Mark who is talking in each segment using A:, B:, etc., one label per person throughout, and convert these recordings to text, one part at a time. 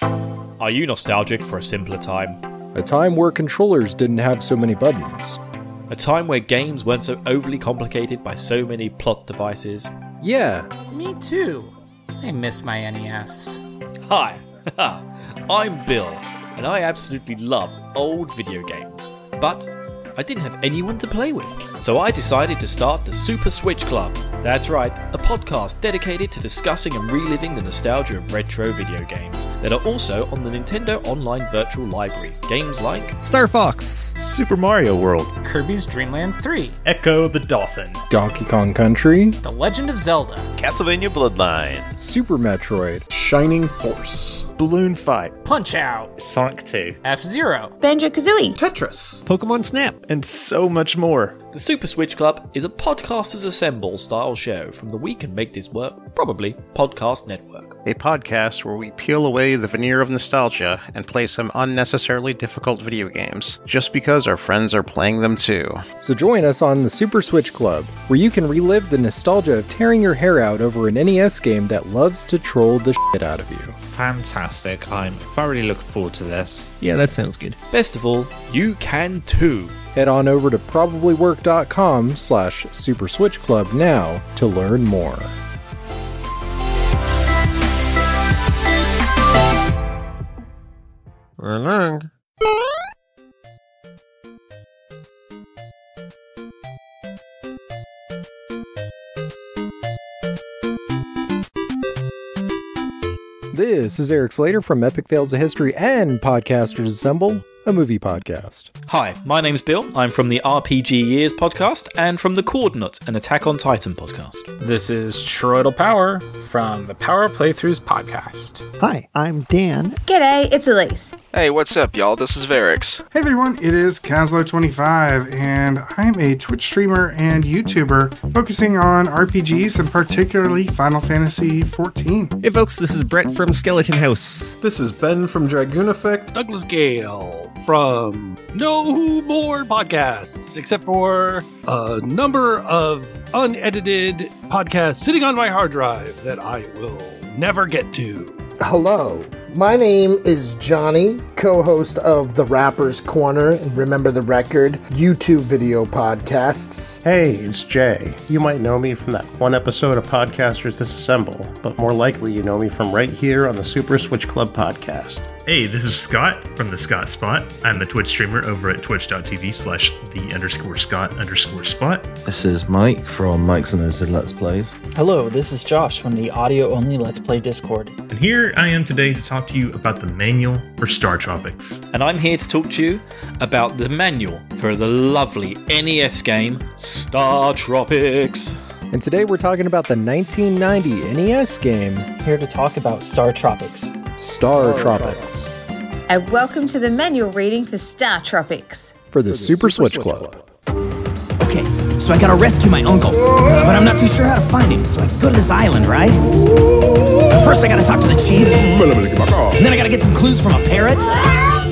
A: Are you nostalgic for a simpler time?
B: A time where controllers didn't have so many buttons.
A: A time where games weren't so overly complicated by so many plot devices?
B: Yeah,
C: Me too. I miss my E NES.
A: Hi, I'm Bill, and I absolutely love old video games, but I didn't have anyone to play with. So I decided to start the Super Switch Club. That's right, a podcast dedicated to discussing and reliving the nostalgia of retro video games that are also on the Nintendo Online Virtual Library. Games like
D: Star Fox.
E: Super Mario World,
C: Kirby's Dream Land 3,
F: Echo the Dolphin,
B: Donkey Kong Country,
C: The Legend of Zelda,
E: Castlevania Bloodline,
B: Super Metroid,
G: Shining Force,
E: Balloon Fight,
C: Punch Out,
F: Sonic 2,
C: F Zero,
H: Banjo Kazooie.
G: Tetris,
D: Pokemon Snap.
E: and so much more.
A: The Super Switch Club is a Podcasters Assemble style show from the We Can Make This Work, probably Podcast Network.
I: a podcast where we peel away the veneer of nostalgia and play some unnecessarily difficult video games, just because our friends are playing them too.
B: So join us on the Super Switch Club, where you can relive the nostalgia of tearing your hair out over an NES game that loves to troll the shit out of you.
F: Fantastic. I'm thoroughly looking forward to this.
D: Yeah, that sounds good.
A: Best of all, you can too.
B: Head on over to probablywork.com slash Super Switch Club now to learn more. This is Eric Slater from Epic Fails of History and Podcasters Assemble, a movie podcast.
A: Hi, my name's Bill. I'm from the RPG Years podcast and from the Coordinate, an Attack on Titan podcast.
C: This is Troidal Power from the Power Playthroughs Podcast.
D: Hi, I'm Dan.
H: G'day, it's Elise.
J: Hey, what's up, y'all? This is Varix.
K: Hey everyone, it is Caslo25, and I'm a Twitch streamer and YouTuber focusing on RPGs and particularly Final Fantasy XIV.
D: Hey, folks, this is Brett from Skeleton House.
G: This is Ben from Dragoon Effect.
J: Douglas Gale from No More Podcasts, except for a number of unedited podcasts sitting on my hard drive that I will never get to.
L: Hello, my name is Johnny, co host of The Rapper's Corner and Remember the Record YouTube video podcasts.
I: Hey, it's Jay. You might know me from that one episode of Podcasters Disassemble, but more likely you know me from right here on the Super Switch Club podcast.
F: Hey, this is Scott from the Scott Spot. I'm a Twitch streamer over at twitch.tv slash the underscore Scott underscore spot.
J: This is Mike from Mike's and Those Let's Plays.
D: Hello, this is Josh from the audio only Let's Play Discord.
F: And here I am today to talk to you about the manual for Star Tropics.
A: And I'm here to talk to you about the manual for the lovely NES game Star Tropics.
B: And today we're talking about the 1990 NES E game
D: Here to talk about Star Tropics.
B: Star, Tropics,
H: And welcome to the manual reading for Star Tropics.
B: for the, Super, Switch, Club.
J: Okay, so I gotta rescue my uncle, Uh, but I'm not too sure how to find him, so I go to this island, right? But first, I gotta talk to the chief. And then I gotta get some clues from a parrot.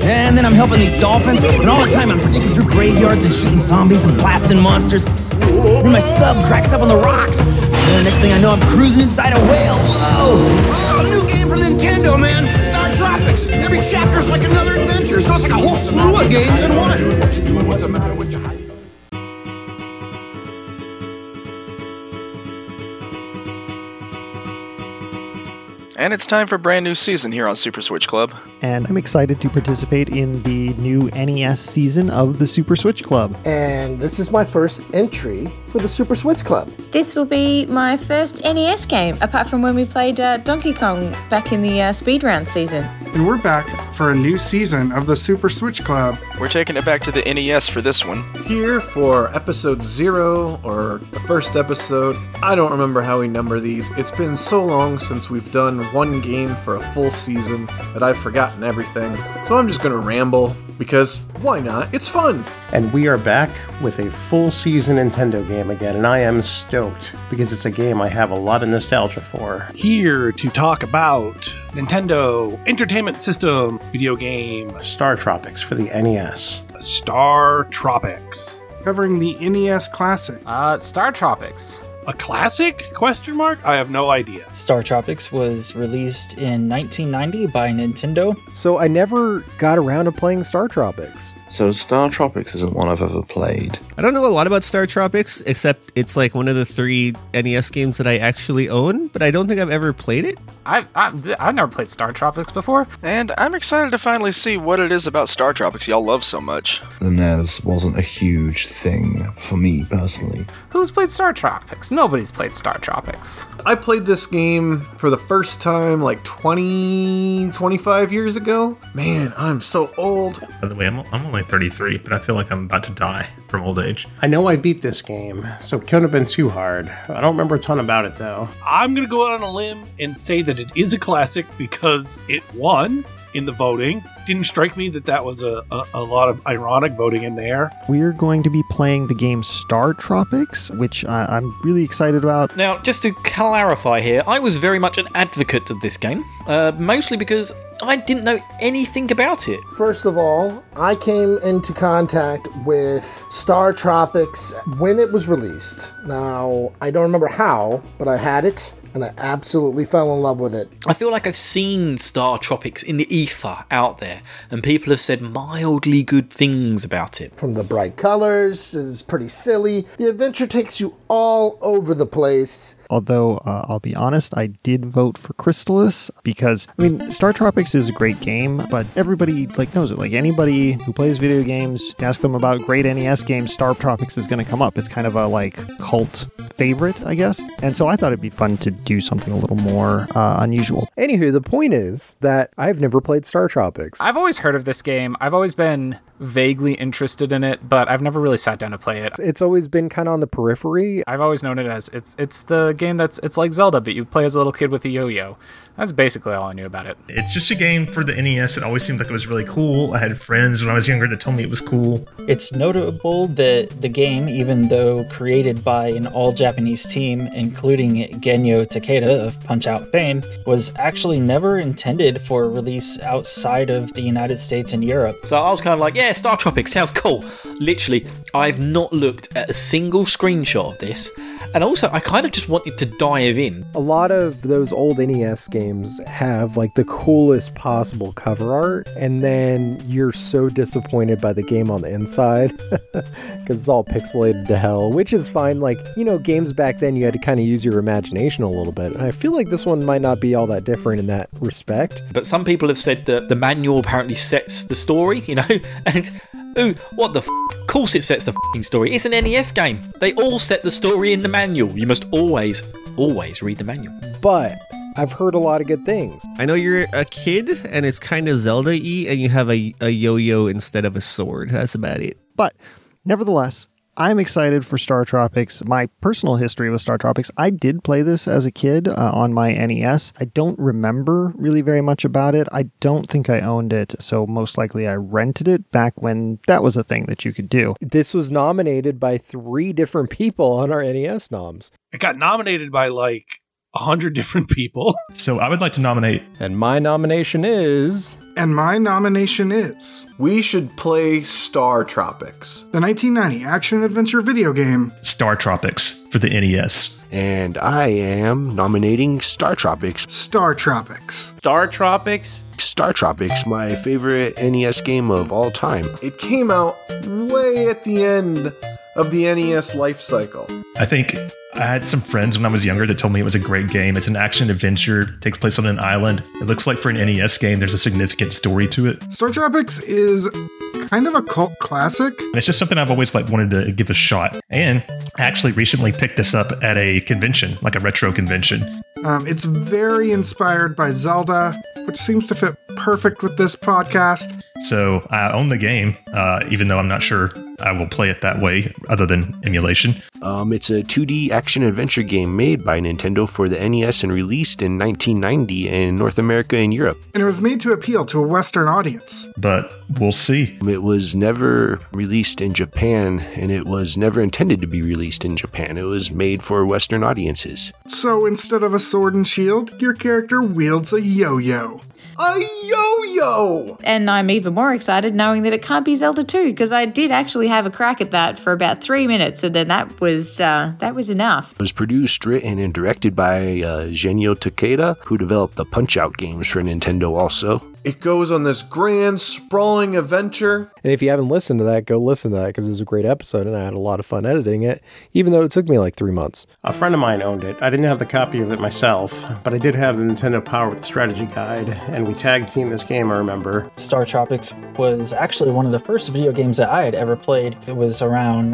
J: And then I'm helping these dolphins, and all the time I'm sneaking through graveyards and shooting zombies and blasting monsters. And my sub cracks up on the rocks. And the next thing I know, I'm cruising inside a whale. Whoa! Oh, new game from Nintendo, man! Star Tropics! Every chapter's like another adventure, so it's like a whole slew of games in one. What's the matter with you? And it's time for a brand new season here on Super Switch Club.
D: And I'm excited to participate in the new NES season of the Super Switch Club.
L: And this is my first entry for the Super Switch Club.
H: This will be my first NES game, apart from when we played uh, Donkey Kong back in the uh, speedrun season.
K: And we're back for a new season of the Super Switch Club.
J: We're taking it back to the
M: E
J: NES for this one.
G: Here for episode zero, or the first episode. I don't remember how we number these. It's been so long since we've done one game for a full season that I've forgotten everything. So I'm just gonna ramble, because why not? It's fun!
I: And we are back with a full season Nintendo game again, and I am stoked because it's a game I have a lot of nostalgia for.
J: Here to talk about Nintendo Entertainment System video game
I: Star Tropics for the E NES.
J: Star Tropics.
K: Covering the NES Classic,
C: Uh, Star Tropics.
N: a classic? Question mark? I have no idea.
O: Star Tropics was released in 1990 by Nintendo.
B: So I never got around to playing Star Tropics.
P: So Star Tropics isn't one I've ever played.
Q: I don't know a lot about Star Tropics, except it's like one of the three NES games that I actually own, but I don't think I've ever played it.
C: I've, I've, I've never played Star Tropics before.
M: And I'm excited to finally see what it is about Star Tropics y'all love so much.
P: The
R: E
P: NES wasn't a huge thing for me personally.
C: Who's played Star Tropics? Nobody's played Star Tropics.
G: I played this game for the first time like 20, 25 years ago. Man, I'm so old.
F: By the way, I'm, I'm only 33, but I feel like I'm about to die from old age.
I: I know I beat this game, so it couldn't have been too hard. I don't remember a ton about it though.
N: I'm going to go out on a limb and say that it is a classic because it won in the voting. Didn't strike me that that was a, a, a lot of ironic voting in there.
D: We're going to be playing the game Star Tropics, which I, I'm really excited about.
A: Now, just to clarify here, I was very much an advocate of this game, uh, mostly because I didn't know anything about it.
L: First of all, I came into contact with Star Tropics when it was released. Now, I don't remember how, but I had it and I absolutely fell in love with it.
A: I feel like I've seen Star Tropics in the ether out there, and people have said mildly good things about it.
L: From the bright colors, it's pretty silly. The adventure takes you all over the place.
D: Although uh, I'll be honest, I did vote for Crystalis because I mean, Star Tropics is a great game, but everybody like knows it. Like anybody who plays video games, ask them about great NES games, Star Tropics is going to come up. It's kind of a like cult favorite, I guess. And so I thought it'd be fun to do something a little more uh, unusual.
B: Anywho, the point is that I've never played Star Tropics.
C: I've always heard of this game. I've always been vaguely interested in it, but I've never really sat down to play it.
B: It's always been kind of on the periphery.
C: I've always known it as it's it's the game that's it's like Zelda, but you play as a little kid with a yo-yo. That's basically all I knew about it.
F: It's just a game for the NES. It always seemed like it was really cool. I had friends when I was younger that told me it was cool.
O: It's notable that the game, even though created by an all Japanese team, including Genyo Takeda of Punch Out fame, was actually never intended for release outside of the United States and Europe.
A: So I was kind of like, yeah, Star Tropics sounds cool. Literally, I've not looked at a single screenshot of this. And also, I kind of just wanted to dive in.
B: A lot of those old NES games have like the coolest possible cover art, and then you're so disappointed by the game on the inside because it's all pixelated to hell, which is fine. Like, you know, games back then you had to kind of use your imagination a little bit. And I feel like this one might not be all that different in that respect.
A: But some people have said that the manual apparently sets the story, you know, and ooh, what the f? Of course it sets the f***ing story. It's an NES game. They all set the story in the manual. You must always, always read the manual.
B: But I've heard a lot of good things.
Q: I know you're a kid and it's kind of Zelda y and you have a, a yo yo instead of a sword. That's about it.
D: But nevertheless, I'm excited for Star Tropics. My personal history with Star Tropics, I did play this as a kid uh, on my NES. I don't remember really very much about it. I don't think I owned it, so most likely I rented it back when that was a thing that you could do.
B: This was nominated by three different people on our NES noms.
N: It got nominated by like a hundred different people.
F: So I would like to nominate.
B: And my nomination is.
K: And my nomination is.
G: We should play Star Tropics.
K: The 1990 action adventure video game.
F: Star Tropics for the E NES.
P: And I am nominating Star Tropics.
K: Star Tropics.
S: Star Tropics?
P: Star Tropics, my favorite NES game of all time.
G: It came out way at the end of the NES life cycle.
F: I think I had some friends when I was younger that told me it was a great game. It's an action adventure, takes place on an island. It looks like for an NES game, there's a significant story to it.
K: Star Tropics is kind of a cult classic.
F: And it's just something I've always like wanted to give a shot. And I actually recently picked this up at a convention, like a retro convention.
K: Um, it's very inspired by Zelda, which seems to fit perfect with this podcast.
F: So I own the game, uh, even though I'm not sure I will play it that way, other than emulation.
P: Um, it's a 2D action adventure game made by Nintendo for the NES and released in 1990 in North America and Europe.
K: And it was made to appeal to a Western audience.
F: But We'll see.
P: It was never released in Japan, and it was never intended to be released in Japan. It was made for Western audiences.
K: So instead of a sword and shield, your character wields a yo yo.
L: A yo yo!
H: And I'm even more excited knowing that it can't be Zelda 2 because I did actually have a crack at that for about three minutes, and then that was uh, that was enough.
P: It was produced, written, and directed by uh, Genyo Takeda, who developed the Punch Out games for Nintendo also.
G: It goes on this grand, sprawling adventure.
B: And if you haven't listened to that, go listen to that because it was a great episode and I had a lot of fun editing it, even though it took me like three months.
I: A friend of mine owned it. I didn't have the copy of it myself, but I did have the Nintendo Power with the strategy guide, and we tag teamed this game, I remember.
O: Star Tropics was actually one of the first video games that I had ever played. It was around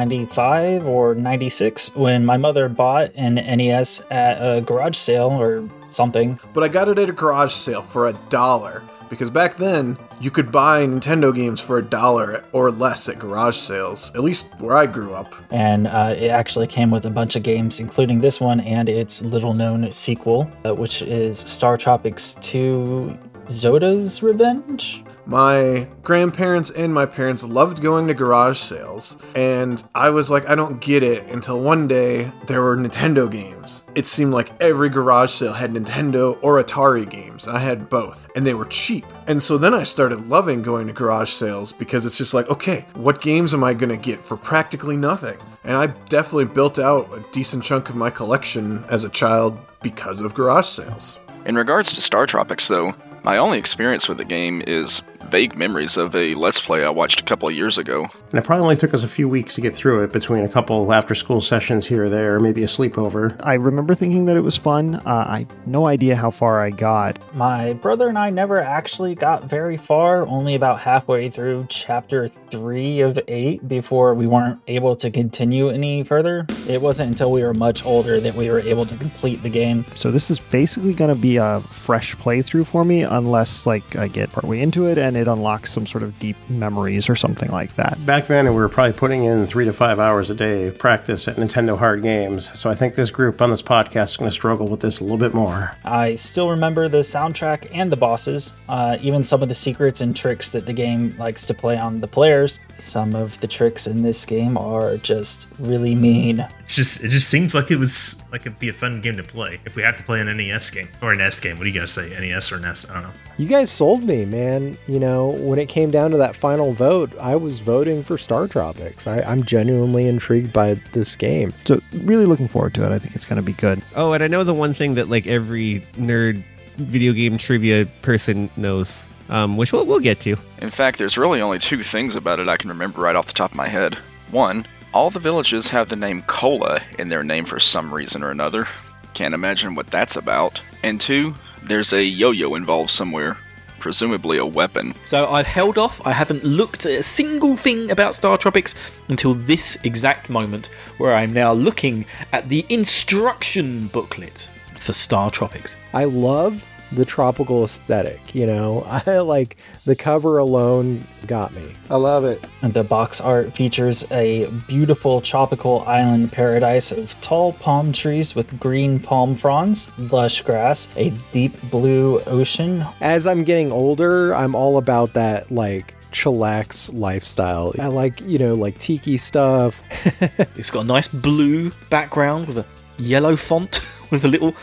O: 1995 or 96 when my mother bought an NES at a garage sale or something.
G: But I got it at a garage sale for a dollar because back then you could buy Nintendo games for a dollar or less at garage sales, at least where I grew up.
O: And uh, it actually came with a bunch of games, including this one and its little known sequel, uh, which is Star Tropics 2 Zoda's Revenge.
G: My grandparents and my parents loved going to garage sales, and I was like, I don't get it until one day there were Nintendo games. It seemed like every garage sale had Nintendo or Atari games. I had both, and they were cheap. And so then I started loving going to garage sales because it's just like, okay, what games am I going to get for practically nothing? And I definitely built out a decent chunk of my collection as a child because of garage sales.
M: In regards to Star Tropics, though, my only experience with the game is vague memories of a Let's Play I watched a couple of years ago.
I: And it probably only took us a few weeks to get through it between a couple after school sessions here or there, maybe a sleepover.
D: I remember thinking that it was fun. Uh, I no idea how far I got.
O: My brother and I never actually got very far, only about halfway through chapter three of eight before we weren't able to continue any further. It wasn't until we were much older that we were able to complete the game.
D: So this is basically going to be a fresh playthrough for me, unless like I get partway into it and it unlocks some sort of deep memories or something like that.
I: Back then, we were probably putting in three to five hours a day of practice at Nintendo Hard Games, so I think this group on this podcast is going to struggle with this a little bit more.
O: I still remember the soundtrack and the bosses, uh, even some of the secrets and tricks that the game likes to play on the players. Some of the tricks in this game are just really mean.
F: It's just it just seems like it was like it'd be a fun game to play if we have to play an NES game or an NES game. What do you guys say, NES or NES? I don't know.
B: You guys sold me, man. You know, when it came down to that final vote, I was voting for Star Tropics. I, I'm genuinely intrigued by this game.
D: So really looking forward to it. I think it's going to be good.
Q: Oh, and I know the one thing that like every nerd video game trivia person knows, um, which we'll, we'll get to.
M: In fact, there's really only two things about it I can remember right off the top of my head. One, all the villages have the name Cola in their name for some reason or another. Can't imagine what that's about. And two, there's a yo yo involved somewhere, presumably a weapon.
A: So I've held off. I haven't looked at a single thing about Star Tropics until this exact moment, where I'm now looking at the instruction booklet for Star Tropics.
B: I love the tropical aesthetic, you know. I like the cover alone got me.
L: I love it.
O: And The box art features a beautiful tropical island paradise of tall palm trees with green palm fronds, lush grass, a deep blue ocean.
B: As I'm getting older, I'm all about that like chillax lifestyle. I like, you know, like tiki stuff.
A: It's got a nice blue background with a yellow font with a little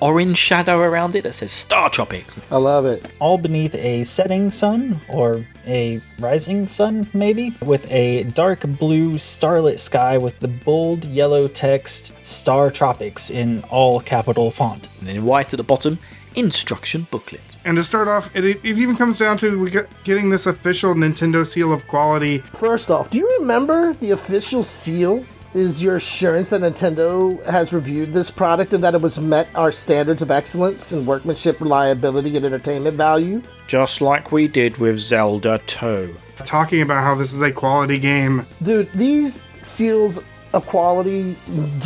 A: orange shadow around it that says Star Tropics.
L: I love it.
O: All beneath a setting sun or a rising sun, maybe, with a dark blue starlit sky with the bold yellow text Star Tropics in all capital font.
A: And then white at the bottom, instruction booklet.
K: And to start off, it, it even comes down to we get, getting this official Nintendo seal of quality.
L: First off, do you remember the official seal? Is your assurance that Nintendo has reviewed this product and that it was met our standards of excellence in workmanship, reliability, and entertainment value?
S: Just like we did with Zelda 2.
K: Talking about how this is a quality game.
L: Dude, these seals of quality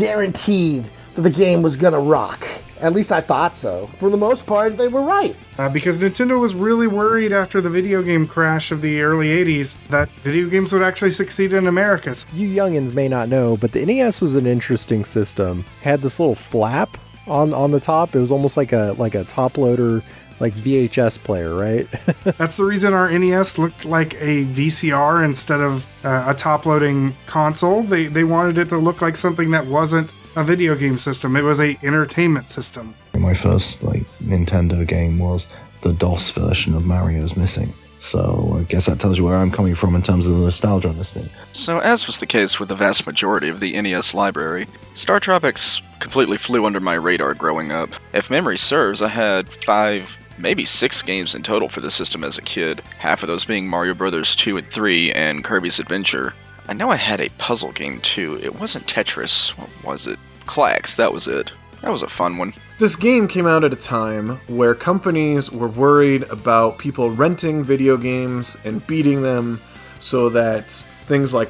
L: guaranteed that the game was gonna rock. At least I thought so. For the most part, they were right.
K: Uh, because Nintendo was really worried after the video game crash of the early 80s that video games would actually succeed in America. So
B: You youngins may not know, but the NES was an interesting system. It had this little flap on on the top. It was almost like a like a top loader like VHS player, right?
K: That's the reason our NES looked like a VCR instead of uh, a top loading console. They, they wanted it to look like something that wasn't a video game system, it was a entertainment system.
R: My first like Nintendo game was the DOS version of Mario's Missing. So I guess that tells you where I'm coming from in terms of the nostalgia on this thing.
M: So, as was the case with the vast majority of the NES library, Star Tropics completely flew under my radar growing up. If memory serves, I had five, maybe six games in total for the system as a kid, half of those being Mario Brothers 2 and 3 and Kirby's Adventure. I know I had a puzzle game too. It wasn't Tetris, what was it? Clax, that was it. That was a fun one.
G: This game came out at a time where companies were worried about people renting video games and beating them so that things like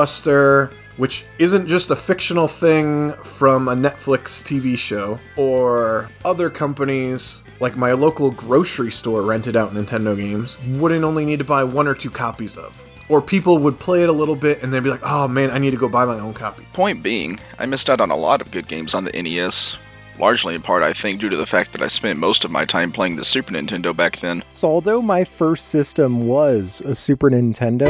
G: Blockbuster, which isn't just a fictional thing from a Netflix TV show, or other companies like my local grocery store rented out Nintendo games, wouldn't only need to buy one or two copies of. Or people would play it a little bit and they'd be like, oh man, I need to go buy my own copy.
M: Point being, I missed out on a lot of good games on the NES, largely in part, I think, due to the fact that I spent most of my time playing the Super Nintendo back then.
B: So, although my first system was a Super Nintendo,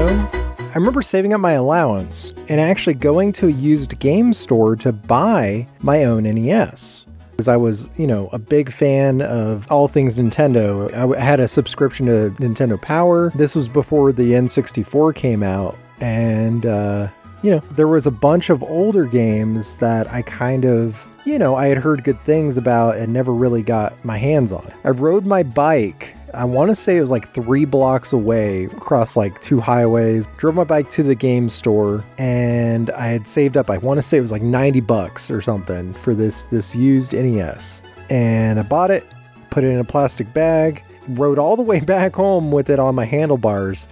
B: I remember saving up my allowance and actually going to a used game store to buy my own NES. Because I was, you know, a big fan of all things Nintendo. I w- had a subscription to Nintendo Power. This was before the N64 came out. And, uh, you know, there was a bunch of older games that I kind of you know, I had heard good things about and never really got my hands on. I rode my bike. I want to say it was like three blocks away across like two highways. Drove my bike to the game store and I had saved up. I want to say it was like 90 bucks or something for this this used NES. And I bought it, put it in a plastic bag, rode all the way back home with it on my handlebars.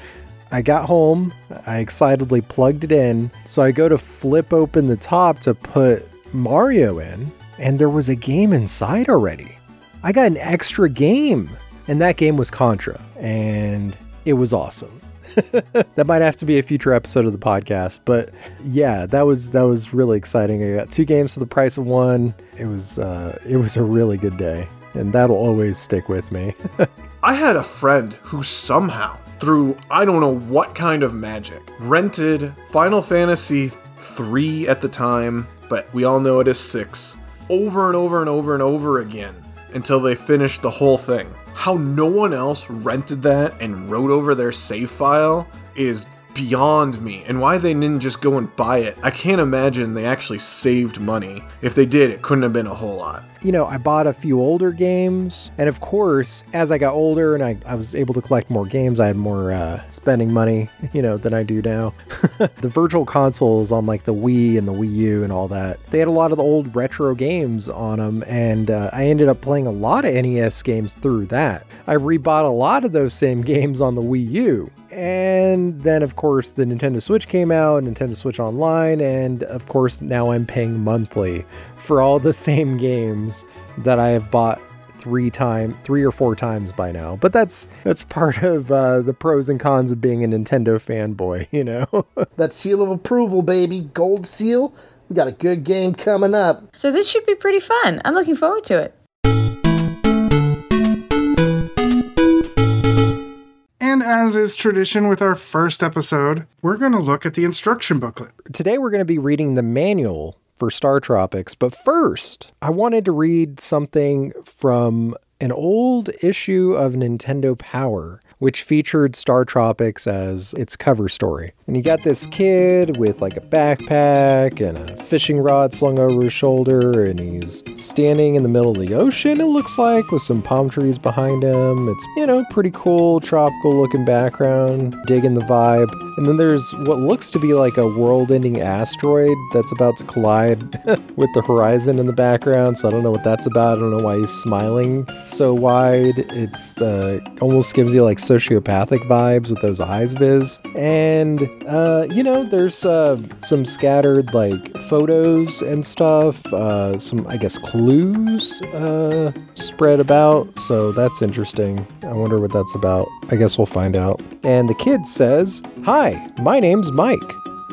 B: I got home, I excitedly plugged it in. So I go to flip open the top to put Mario in, and there was a game inside already. I got an extra game, and that game was Contra, and it was awesome. that might have to be a future episode of the podcast, but yeah, that was that was really exciting. I got two games for the price of one. It was uh, it was a really good day, and that'll always stick with me.
G: I had a friend who somehow, through I don't know what kind of magic, rented Final Fantasy 3 at the time, but we all know it is 6, over and over and over and over again until they finished the whole thing. How no one else rented that and wrote over their save file is beyond me, and why they didn't just go and buy it. I can't imagine they actually saved money. If they did, it couldn't have been a whole lot.
B: you know, I bought a few older games. And of course, as I got older and I, I was able to collect more games, I had more uh, spending money, you know, than I do now. the virtual consoles on like the Wii and the Wii U and all that, they had a lot of the old retro games on them. And uh, I ended up playing a lot of NES games through that. I rebought a lot of those same games on the Wii U. And then, of course, the Nintendo Switch came out, Nintendo Switch Online, and of course, now I'm paying monthly for all the same games that I have bought three time three or four times by now but that's that's part of uh, the pros and cons of being a nintendo fanboy you know
L: that seal of approval, baby, gold seal. We got a good game coming up.
H: So this should be pretty fun. I'm looking forward to it.
K: And as is tradition with our first episode, we're going to look at the instruction booklet.
B: today we're going to be reading the manual for Star Tropics, but first, I wanted to read something from an old issue of Nintendo Power, which featured Star Tropics as its cover story. And you got this kid with like a backpack and a fishing rod slung over his shoulder, and he's standing in the middle of the ocean, it looks like, with some palm trees behind him. It's, you know, pretty cool, tropical looking background, digging the vibe. And then there's what looks to be like a world ending asteroid that's about to collide with the horizon in the background. So I don't know what that's about. I don't know why he's smiling so wide. It's uh, almost gives you like sociopathic vibes with those eyes, Viz. And, uh, you know, there's uh, some scattered like photos and stuff, uh, some, I guess, clues uh, spread about. So that's interesting. I wonder what that's about. I guess we'll find out. And the kid says, Hi, my name's Mike.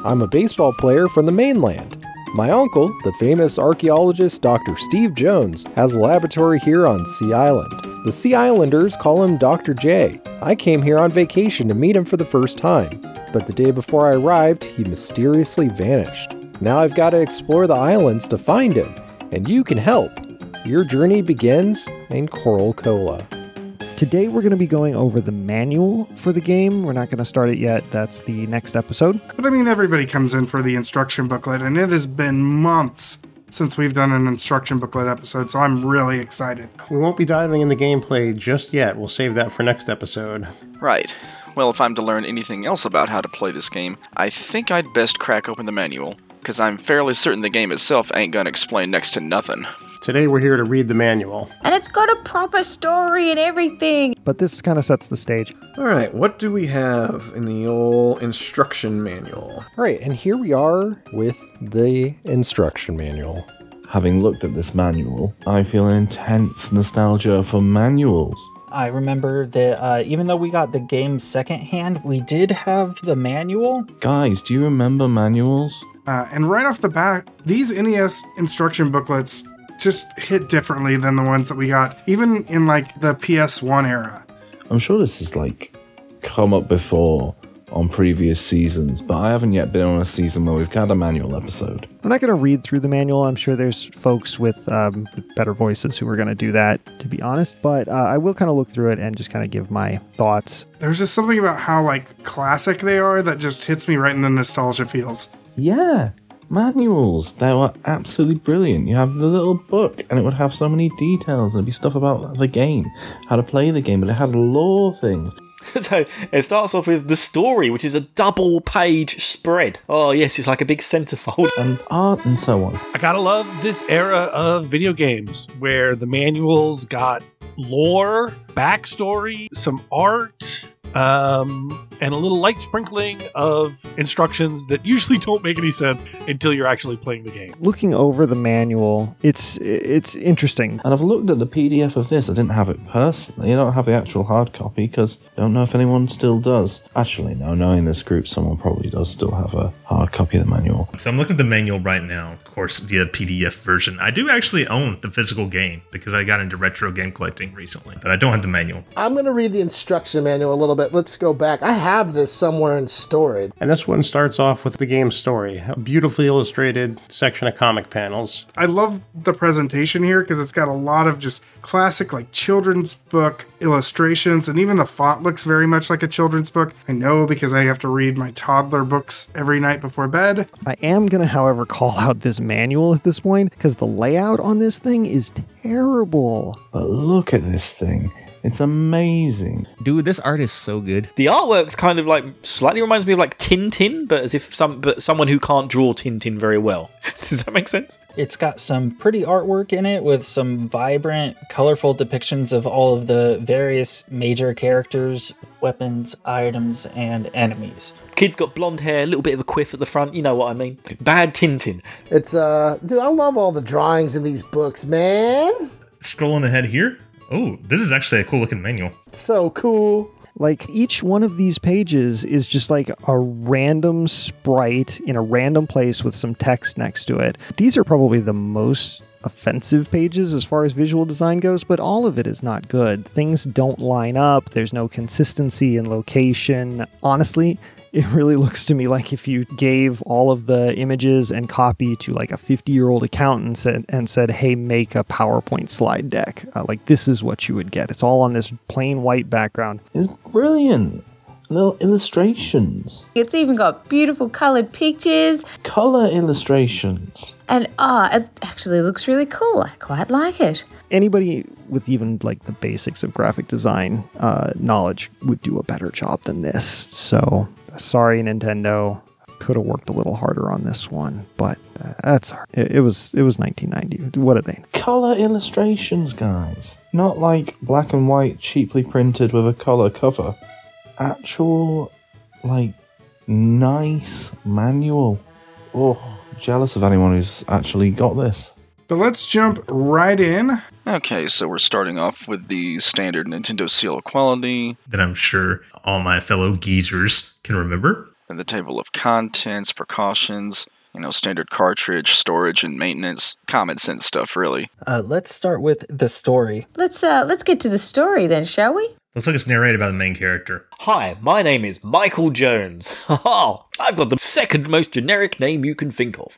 B: I'm a baseball player from the mainland. My uncle, the famous archaeologist Dr. Steve Jones, has a laboratory here on Sea Island. The Sea Islanders call him Dr. J. I came here on vacation to meet him for the first time, but the day before I arrived, he mysteriously vanished. Now I've got to explore the islands to find him, and you can help. Your journey begins in Coral Cola.
D: Today, we're going to be going over the manual for the game. We're not going to start it yet. That's the next episode.
K: But I mean, everybody comes in for the instruction booklet, and it has been months since we've done an instruction booklet episode, so I'm really excited.
I: We won't be diving in the gameplay just yet. We'll save that for next episode.
M: Right. Well, if I'm to learn anything else about how to play this game, I think I'd best crack open the manual, because I'm fairly certain the game itself ain't gonna explain next to nothing.
I: Today, we're here to read the manual.
H: And it's got a proper story and everything.
D: But this kind of sets the stage.
G: All right, what do we have in the old instruction manual?
B: All right, and here we are with the instruction manual.
R: Having looked at this manual, I feel intense nostalgia for manuals.
O: I remember that uh, even though we got the game secondhand, we did have the manual.
R: Guys, do you remember manuals?
K: Uh, and right off the bat, these NES instruction booklets just hit differently than the ones that we got, even in like the PS1 era.
R: I'm sure this has like come up before on previous seasons, but I haven't yet been on a season where we've had a manual episode.
D: I'm not going to read through the manual. I'm sure there's folks with um, better voices who are going to do that, to be honest. But uh, I will kind of look through it and just kind of give my thoughts.
K: There's just something about how like classic they are that just hits me right in the nostalgia feels.
R: Yeah, manuals. They were absolutely brilliant. You have the little book, and it would have so many details. There'd be stuff about the game, how to play the game, but it had lore things.
A: so it starts off with the story, which is a double page spread. Oh, yes, it's like a big centerfold.
R: And art and so on.
N: I gotta love this era of video games where the manuals got lore, backstory, some art, um, and a little light sprinkling of instructions that usually don't make any sense until you're actually playing the game.
D: Looking over the manual, it's it's interesting.
R: And I've looked at the PDF of this. I didn't have it personally. I don't have the actual hard copy because don't know if anyone still does. Actually, no. Knowing this group, someone probably does still have a hard copy of the manual.
F: So I'm looking at the manual right now, of course, via PDF version. I do actually own the physical game because I got into retro game collecting recently, but I don't have the manual.
L: I'm going to read the instruction manual a little bit. Let's go back. I have this somewhere in storage.
I: And this one starts off with the game's story, a beautifully illustrated section of comic panels.
K: I love the presentation here because it's got a lot of just classic, like children's book illustrations, and even the font looks very much like a children's book. I know because I have to read my toddler books every night before bed.
D: I am going to, however, call out this manual at this point because the layout on this thing is terrible.
R: But look at this thing. It's amazing.
Q: Dude, this art is so good.
A: The artwork's kind of like slightly reminds me of like Tintin, but as if some but someone who can't draw Tintin very well. Does that make sense?
O: It's got some pretty artwork in it with some vibrant, colorful depictions of all of the various major characters, weapons, items, and enemies.
A: Kid's got blonde hair, a little bit of a quiff at the front. You know what I mean? Bad Tintin.
L: It's, uh, dude, I love all the drawings in these books, man.
F: Scrolling ahead here. Oh, this is actually a cool looking manual.
L: So cool.
D: Like each one of these pages is just like a random sprite in a random place with some text next to it. These are probably the most offensive pages as far as visual design goes, but all of it is not good. Things don't line up, there's no consistency in location. Honestly, it really looks to me like if you gave all of the images and copy to like a 50 year old accountant said, and said, hey, make a PowerPoint slide deck. Uh, like, this is what you would get. It's all on this plain white background.
R: It's brilliant. Little illustrations,
H: It's even got beautiful colored pictures
R: color illustrations.
H: and ah, it actually looks really cool. I quite like it.
D: Anybody with even like the basics of graphic design uh, knowledge would do a better job than this. So, sorry, Nintendo. Could have worked a little harder on this one, but uh, that's all right. it, it was it was 1990. What are they?
R: Color illustrations, guys. Not like black and white, cheaply printed with a color cover. Actual, like, nice manual. Oh, jealous of anyone who's actually got this.
K: But let's jump right in.
M: Okay, so we're starting off with the standard Nintendo seal of quality
F: That I'm sure all my fellow geezers can remember.
M: and the table of contents, precautions, You know, standard cartridge, storage, and maintenance. Common sense stuff, really.
O: Uh, let's start with the story.
H: Let's uh let's get to the story then, shall we?
F: Looks like it's narrated by the main character.
A: Hi, my name is Michael Jones. Haha, I've got the second most generic name you can think of.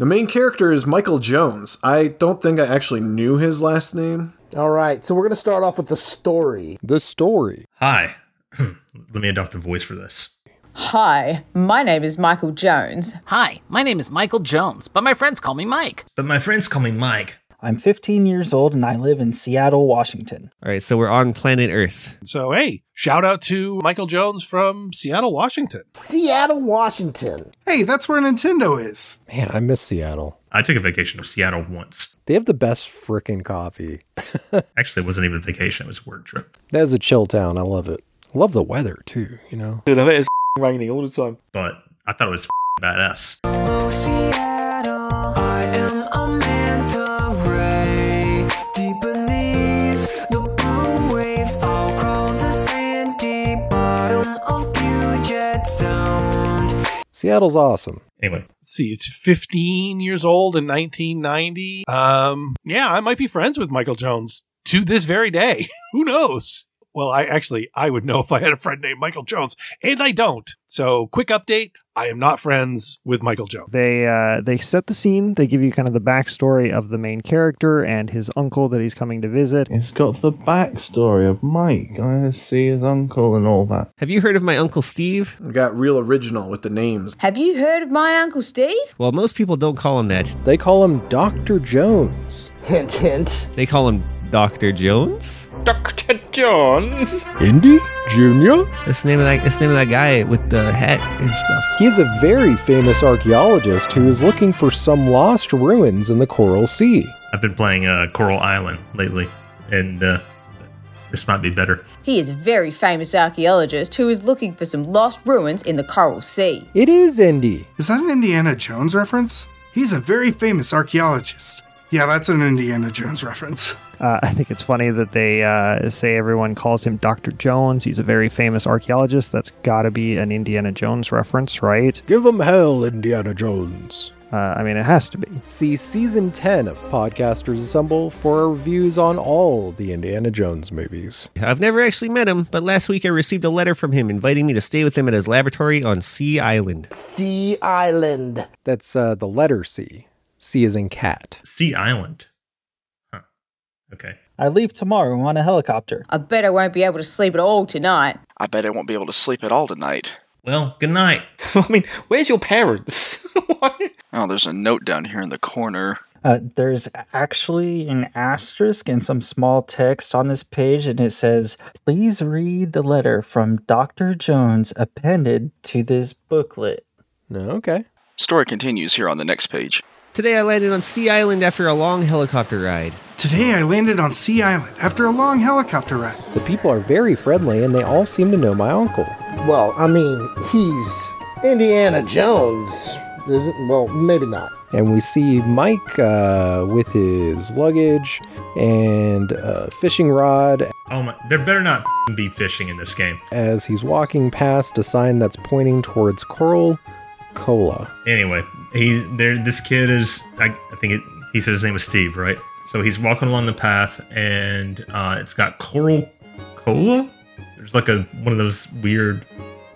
G: The main character is Michael Jones. I don't think I actually knew his last name.
L: All right, so we're going to start off with the story.
B: The story.
F: Hi. Hmm, Let me adopt a voice for this.
H: Hi, my name is Michael Jones.
T: Hi, my name is Michael Jones, but my friends call me Mike.
F: But my friends call me Mike.
O: I'm 15 years old and I live in Seattle, Washington.
Q: All right, so we're on planet Earth.
N: So, hey, shout out to Michael Jones from Seattle, Washington.
L: Seattle, Washington.
K: Hey, that's where Nintendo is.
B: Man, I miss Seattle.
F: I took a vacation to Seattle once.
B: They have the best freaking coffee.
F: Actually, it wasn't even a vacation, it was a work trip.
B: That is a chill town. I love it. Love the weather too, you know.
S: Dude, I bet it's raining all the time.
F: But I thought it was f***ing badass.
B: Seattle's awesome.
F: Anyway,
N: Let's see, it's 15 years old in 1990. Um, yeah, I might be friends with Michael Jones to this very day. Who knows? Well, I actually I would know if I had a friend named Michael Jones, and I don't. So, quick update: I am not friends with Michael Jones.
D: They uh, they set the scene. They give you kind of the backstory of the main character and his uncle that he's coming to visit.
R: It's got the backstory of Mike. I see his uncle and all that.
Q: Have you heard of my Uncle Steve?
G: Got real original with the names.
H: Have you heard of my Uncle Steve?
Q: Well, most people don't call him that.
B: They call him Dr. Jones.
L: Hint, hint.
Q: They call him Dr. Jones?
S: Dr. Jones.
B: Indy Jr.?
Q: That's the name of that, that's the name of that guy with the hat and stuff.
B: He's a very famous archaeologist who is looking for some lost ruins in the Coral Sea.
F: I've been playing uh, Coral Island lately, and uh, this might be better.
H: He is a very famous archaeologist who is looking for some lost ruins in the Coral Sea.
B: It is Indy.
K: Is that an Indiana Jones reference? He's a very famous archaeologist. Yeah, that's an Indiana Jones reference.
D: Uh, I think it's funny that they uh, say everyone calls him Dr. Jones. He's a very famous archaeologist. That's got to be an Indiana Jones reference, right?
B: Give him hell, Indiana Jones.
D: Uh, I mean, it has to be.
B: See season 10 of Podcasters Assemble for our reviews on all the Indiana Jones movies.
Q: I've never actually met him, but last week I received a letter from him inviting me to stay with him at his laboratory on Sea Island.
L: Sea Island.
B: That's uh, the letter C. C is in cat.
F: Sea Island. Huh. Okay.
O: I leave tomorrow on a helicopter.
H: I bet I won't be able to sleep at all tonight.
M: I bet I won't be able to sleep at all tonight.
F: Well, good night.
A: I mean, where's your parents?
M: Oh, there's a note down here in the corner.
O: Uh, there's actually an asterisk and some small text on this page, and it says, Please read the letter from Dr. Jones appended to this booklet.
B: No, okay.
M: Story continues here on the next page.
Q: Today I landed on Sea Island after a long helicopter ride.
K: Today I landed on Sea Island after a long helicopter ride.
B: The people are very friendly and they all seem to know my uncle.
L: Well, I mean, he's Indiana Jones. Isn't well, maybe not.
B: And we see Mike uh, with his luggage and a fishing rod
F: Oh my! There better not f***ing be fishing in this game.
B: as he's walking past a sign that's pointing towards Coral Cola.
F: Anyway, he there. This kid is. I, I think it, he said his name was Steve, right? So he's walking along the path, and uh, it's got coral cola. There's like a one of those weird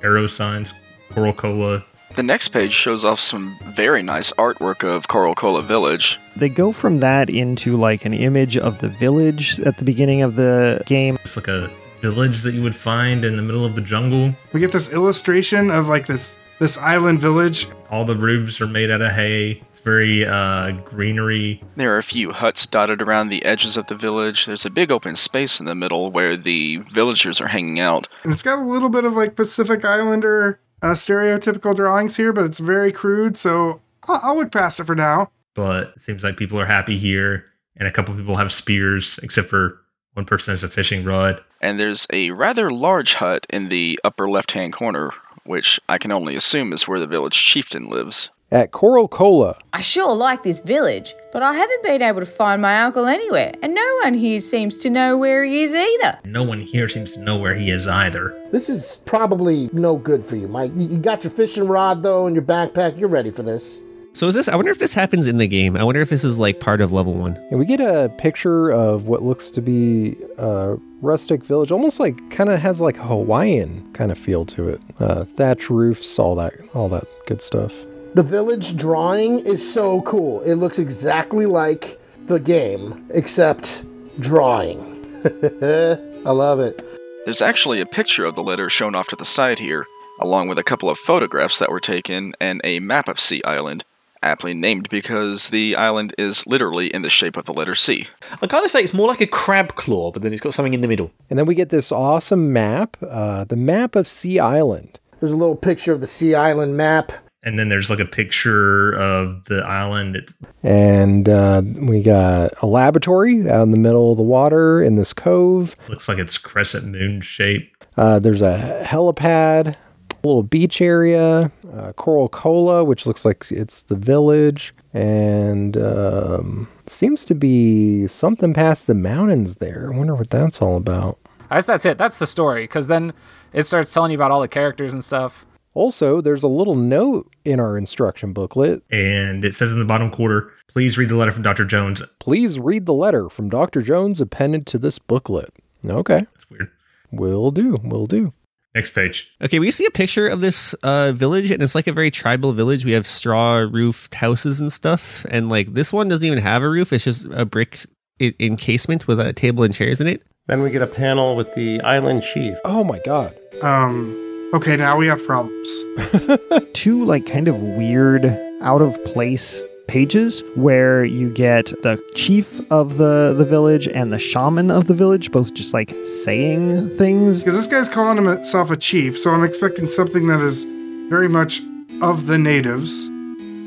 F: arrow signs. Coral cola.
M: The next page shows off some very nice artwork of Coral Cola Village.
D: They go from that into like an image of the village at the beginning of the game.
F: It's like a village that you would find in the middle of the jungle.
K: We get this illustration of like this this island village.
F: All the roofs are made out of hay. It's very uh, greenery.
M: There are a few huts dotted around the edges of the village. There's a big open space in the middle where the villagers are hanging out.
K: And it's got a little bit of like Pacific Islander uh, stereotypical drawings here, but it's very crude, so I'll, I'll look past it for now.
F: but it seems like people are happy here and a couple people have spears except for one person has a fishing rod
M: And there's a rather large hut in the upper left hand corner, which I can only assume is where the village chieftain lives.
B: At Coral Cola,
H: I sure like this village, but I haven't been able to find my uncle anywhere, and no one here seems to know where he is either.
F: no one here seems to know where he is either
L: This is probably no good for you, Mike. You you got your fishing rod, though, in your backpack. You're ready for this.
Q: So is this? I wonder if this happens in the game. I wonder if this is like part of level one.
B: And we get a picture of what looks to be a rustic village, almost like kind of has like Hawaiian kind of feel to it. Uh, thatch roofs, all that, all that good stuff.
L: The village drawing is so cool. It looks exactly like the game, except drawing. I love it.
M: There's actually a picture of the letter shown off to the side here, along with a couple of photographs that were taken and a map of Sea Island, aptly named because the island is literally in the shape of the letter C.
A: I kind of say it's more like a crab claw, but then it's got something in the middle.
B: And then we get this awesome map, uh, the map of Sea Island.
L: There's a little picture of the Sea Island map.
F: And then there's like a picture of the island. It's,
B: And uh, we got a laboratory out in the middle of the water in this cove.
F: looks like it's crescent moon shape.
B: Uh, there's a helipad, a little beach area, uh, Coral Cola, which looks like it's the village, and um, seems to be something past the mountains there. I wonder what that's all about.
C: I guess that's it. That's the story. Because then it starts telling you about all the characters and stuff.
B: Also, there's a little note in our instruction booklet.
F: And it says in the bottom quarter, please read the letter from Dr. Jones.
B: Please read the letter from Dr. Jones appended to this booklet. Okay. That's
F: weird.
B: Will do. Will do.
F: Next page.
Q: Okay, we see a picture of this uh, village, and it's like a very tribal village. We have straw roofed houses and stuff, and like this one doesn't even have a roof. It's just a brick en- encasement with a table and chairs in it.
I: Then we get a panel with the island chief.
B: Oh my god.
K: Um, okay, now we have problems.
D: two like kind of weird out of place pages where you get the chief of the the village and the shaman of the village both just like saying things
K: Because this guy's calling himself a chief, so I'm expecting something that is very much of the natives.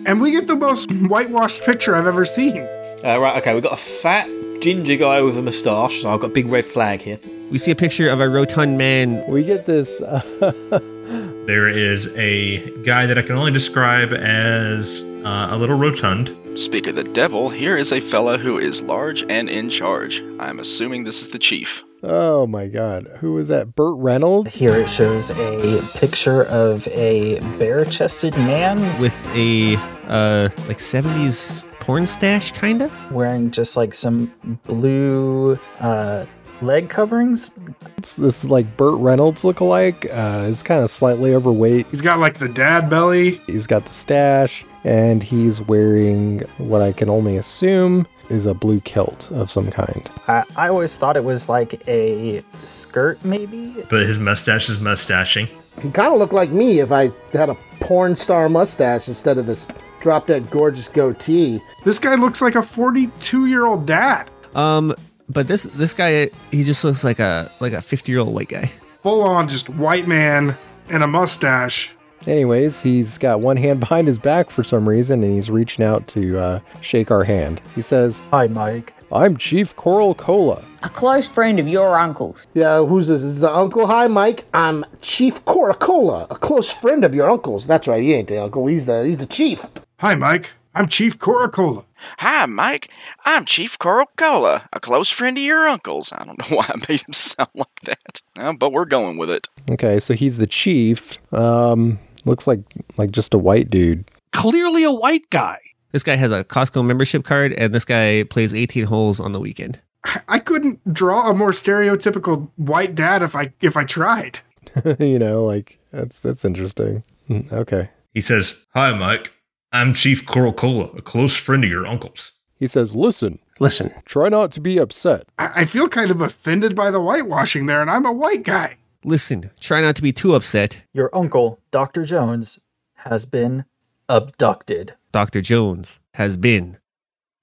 K: And we get the most whitewashed picture I've ever seen.
A: Uh, right, okay, we've got a fat ginger guy with a moustache, so I've got a big red flag here.
Q: We see a picture of a rotund man.
B: We get this. uh,
F: There is a guy that I can only describe as uh, a little rotund.
M: Speak of the devil, here is a fella who is large and in charge. I'm assuming this is the chief.
B: Oh my god. Who was that? Burt Reynolds?
O: Here it shows a picture of a bare chested man
Q: with a uh, like 70s porn stash, kinda?
O: Wearing just like some blue uh, leg coverings.
B: It's this like Burt Reynolds lookalike. Uh, he's kind of slightly overweight.
K: He's got like the dad belly.
B: He's got the stash, and he's wearing what I can only assume is a blue kilt of some kind.
O: I, I always thought it was like a skirt, maybe?
F: But his mustache is mustaching.
L: He kind of looked like me if I had a porn star mustache instead of this drop dead gorgeous goatee.
K: This guy looks like a 42 year old dad.
Q: Um, but this this guy he just looks like a like a 50 year old white guy.
K: Full on just white man and a mustache.
B: Anyways, he's got one hand behind his back for some reason, and he's reaching out to uh, shake our hand. He says,
O: "Hi, Mike.
B: I'm Chief Coral Cola."
L: A close friend of your uncle's. Yeah, who's this? This is the uncle. Hi, Mike. I'm Chief Coracola, a close friend of your uncle's. That's right. He ain't the uncle. He's the he's the chief.
K: Hi, Mike. I'm Chief Coracola.
M: Hi, Mike. I'm Chief Coral Cola, a close friend of your uncle's. I don't know why I made him sound like that, Uh, but we're going with it.
B: Okay, so he's the chief. Um, looks like like just a white dude.
N: Clearly a white guy.
Q: This guy has a Costco membership card, and this guy plays 18 holes on the weekend.
K: I couldn't draw a more stereotypical white dad if I if I tried.
B: you know, like that's that's interesting. Mm, Okay.
F: He says, Hi, Mike. I'm Chief Coral Cola, a close friend of your uncle's.
B: He says, "Listen,
I: listen.
B: Try not to be upset."
K: I, I feel kind of offended by the whitewashing there, and I'm a white guy.
Q: Listen, try not to be too upset.
O: Your uncle, Dr. Jones, has been abducted.
Q: Dr. Jones has been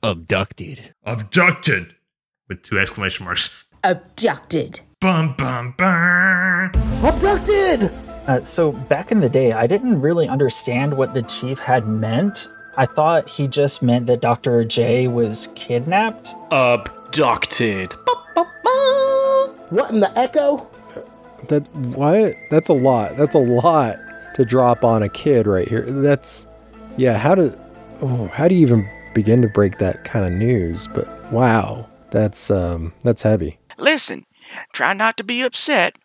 Q: abducted.
F: Abducted! With two exclamation marks.
H: Abducted.
F: Bum, bum, bum.
L: Abducted!
O: Uh, so back in the day, I didn't really understand what the chief had meant. I thought he just meant that Dr. J was kidnapped.
A: Abducted.
L: What in the echo?
B: That what? That's a lot. That's a lot to drop on a kid right here. That's yeah. How do oh how do you even begin to break that kind of news? But wow, that's um that's heavy.
M: Listen, try not to be upset.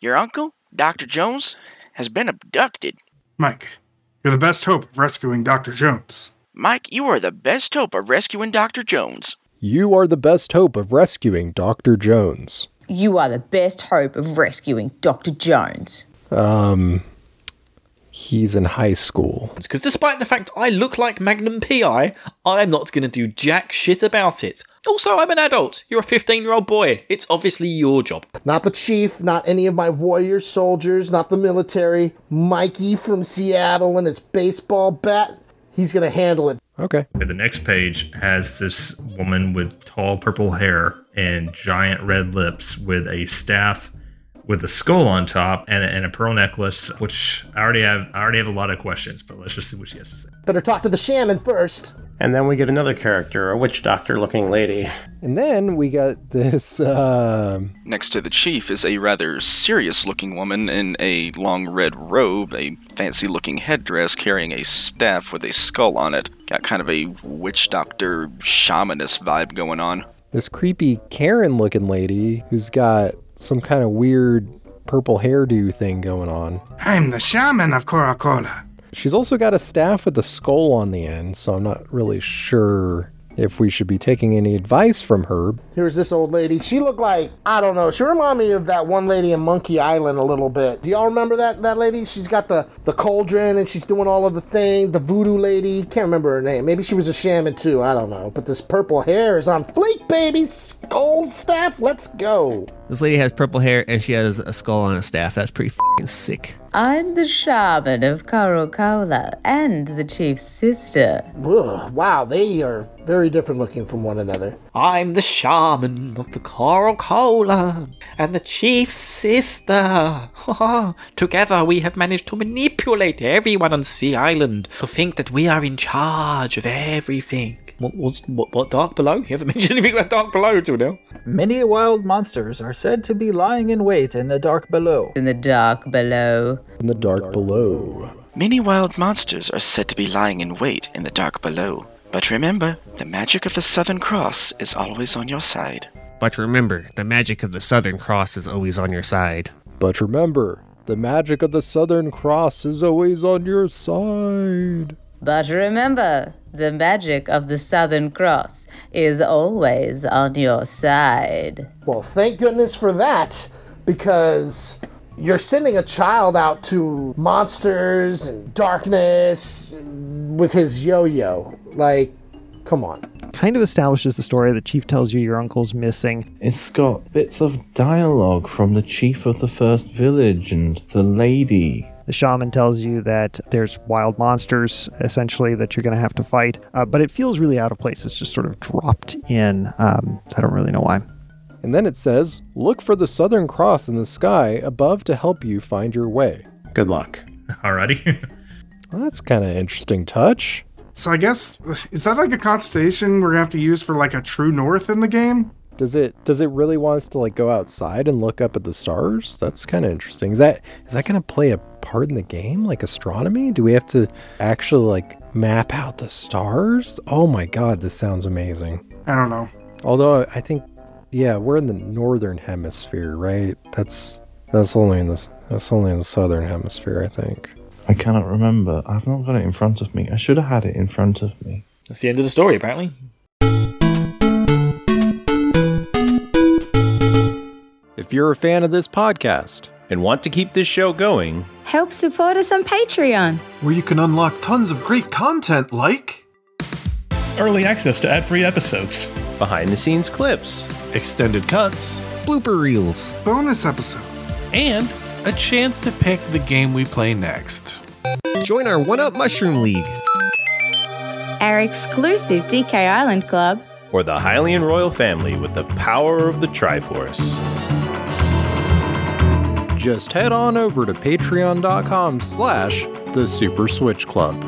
M: Your uncle, Dr. Jones, has been abducted.
K: Mike, you're the best hope of rescuing Dr. Jones.
U: Mike, you are the best hope of rescuing Dr. Jones.
B: You are the best hope of rescuing Dr. Jones.
V: You are the best hope of rescuing Dr. Jones.
B: Um, he's in high school.
A: Because despite the fact I look like Magnum PI, I'm not going to do jack shit about it. Also, I'm an adult. You're a 15 year old boy. It's obviously your job.
L: Not the chief, not any of my warrior soldiers, not the military. Mikey from Seattle and his baseball bat. He's going to handle it.
B: Okay.
F: The next page has this woman with tall purple hair and giant red lips with a staff with a skull on top and a, and a pearl necklace, which I already have I already have a lot of questions, but let's just see what she has to say.
L: Better talk to the shaman first.
I: And then we get another character, a witch doctor looking lady.
B: And then we got this. Um,
M: Next to the chief is a rather serious looking woman in a long red robe, a fancy looking headdress carrying a staff with a skull on it. Got kind of a witch doctor shamanist vibe going on.
B: this creepy Karen looking lady who's got some kind of weird purple hairdo thing going on.
K: I'm the shaman of Coracola.
B: She's also got a staff with a skull on the end, so I'm not really sure if we should be taking any advice from her.
L: Here's this old lady. She looked like, I don't know, she reminded me of that one lady in Monkey Island a little bit. Do y'all remember that that lady? She's got the, the cauldron and she's doing all of the thing, the voodoo lady. Can't remember her name. Maybe she was a shaman too. I don't know. But this purple hair is on fleek, baby. Skull staff. Let's go.
Q: This lady has purple hair and she has a skull on a staff. That's pretty fing sick.
V: I'm the shaman of Karokola and the chief's sister.
L: Ugh, wow, they are very different looking from one another.
S: I'm the shaman of the Coral
A: Uh-huh.
S: Cola and the chief's sister. Together we have managed to manipulate everyone on Sea Island to think that we are in charge of everything.
A: What was what, what Dark Below? You haven't mentioned anything about Dark Below till now.
O: Many wild monsters are said to be lying in wait in the dark below.
V: In the dark below.
B: In the dark below.
U: Many wild monsters are said to be lying in wait in the dark below. But remember, the magic of the Southern Cross is always on your side.
Q: But remember, the magic of the Southern Cross is always on your side.
B: But remember, the magic of the Southern Cross is always on your side.
V: But remember, the magic of the Southern Cross is always on your side.
L: Well, thank goodness for that because you're sending a child out to monsters and darkness with his yo yo. Like, come on.
D: Kind of establishes the story that Chief tells you your uncle's missing.
R: It's got bits of dialogue from the chief of the first village and the lady.
D: The shaman tells you that there's wild monsters, essentially, that you're going to have to fight. Uh, but it feels really out of place. It's just sort of dropped in. Um, I don't really know why.
B: And then it says, Look for the Southern Cross in the sky above to help you find your way.
I: Good luck.
F: Alrighty.
B: Well, that's kind of interesting touch.
K: So I guess is that like a constellation we're gonna have to use for like a true north in the game?
B: Does it does it really want us to like go outside and look up at the stars? That's kind of interesting. Is that is that going to play a part in the game like astronomy? Do we have to actually like map out the stars? Oh my god, this sounds amazing.
K: I don't know.
B: Although I think yeah, we're in the northern hemisphere, right? That's that's only in the that's only in the southern hemisphere, I think.
R: I cannot remember. I've not got it in front of me. I should have had it in front of me.
A: That's the end of the story, apparently.
B: If you're a fan of this podcast
E: and want to keep this show going,
W: Help support us on Patreon.
G: Where you can unlock tons of great content like
E: early access to ad free episodes, behind the scenes clips, extended cuts,
Q: blooper reels,
K: bonus episodes,
N: and a chance to pick the game we play next.
Q: Join our One Up Mushroom League.
W: Our exclusive DK Island Club.
E: or the Hylian royal family with the power of the Triforce.
B: Just head on over to patreon.com slash the Super Switch Club.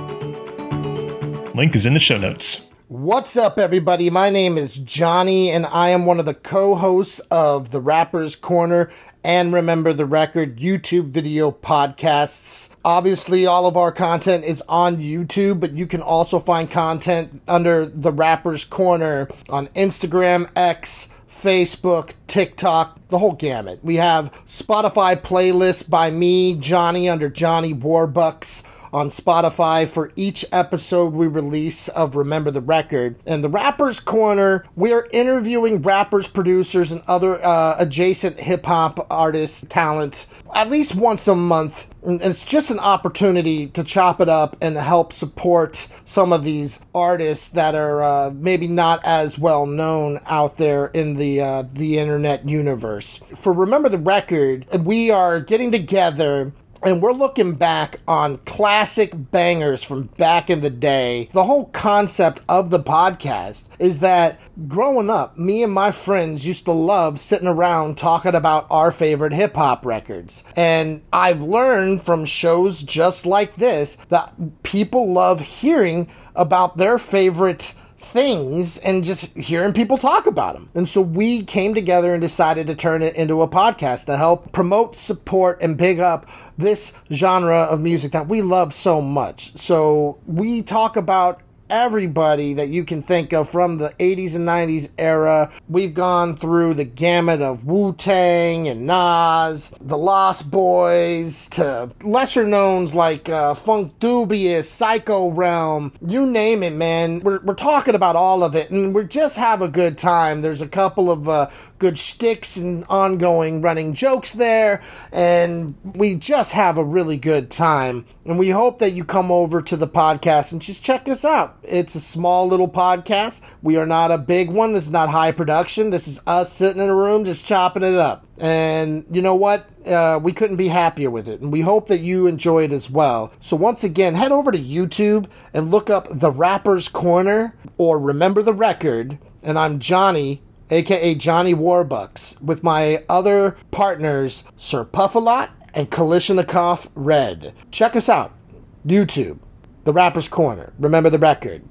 F: Link is in the show notes.
L: What's up, everybody? My name is Johnny, and I am one of the co hosts of the Rapper's Corner and Remember the Record YouTube video podcasts. Obviously, all of our content is on YouTube, but you can also find content under the Rapper's Corner on Instagram, X, Facebook, TikTok, the whole gamut. We have Spotify playlists by me, Johnny, under Johnny Warbucks on Spotify for each episode we release of Remember the Record. And the Rappers Corner, we are interviewing rappers, producers, and other uh, adjacent hip hop artists, talent, at least once a month. And it's just an opportunity to chop it up and help support some of these artists that are uh, maybe not as well known out there in the uh, the internet universe. For remember the record, we are getting together and we're looking back on classic bangers from back in the day. The whole concept of the podcast is that growing up, me and my friends used to love sitting around talking about our favorite hip hop records. And I've learned from shows just like this that people love hearing about their favorite things and just hearing people talk about them. And so we came together and decided to turn it into a podcast to help promote, support, and big up this genre of music that we love so much. So we talk about everybody that you can think of from the 80s and 90s era. We've gone through the gamut of Wu Tang and Nas, the Lost Boys, to uh, lesser knowns like uh, Funk Dubious, Psycho Realm, you name it, man. We're, we're talking about all of it and we just have a good time. There's a couple of uh, good shticks and ongoing running jokes there, and we just have a really good time. And we hope that you come over to the podcast and just check us out. It's a small little podcast. We are not a big one. This is not high production. This is us sitting in a room just chopping it up. And you know what? Uh, we couldn't be happier with it. And we hope that you enjoy it as well. So, once again, head over to YouTube and look up The Rapper's Corner or Remember the Record. And I'm Johnny, aka Johnny Warbucks, with my other partners, Sir Puffalot and Kalishnikov Red. Check us out. YouTube, The Rapper's Corner. Remember the record.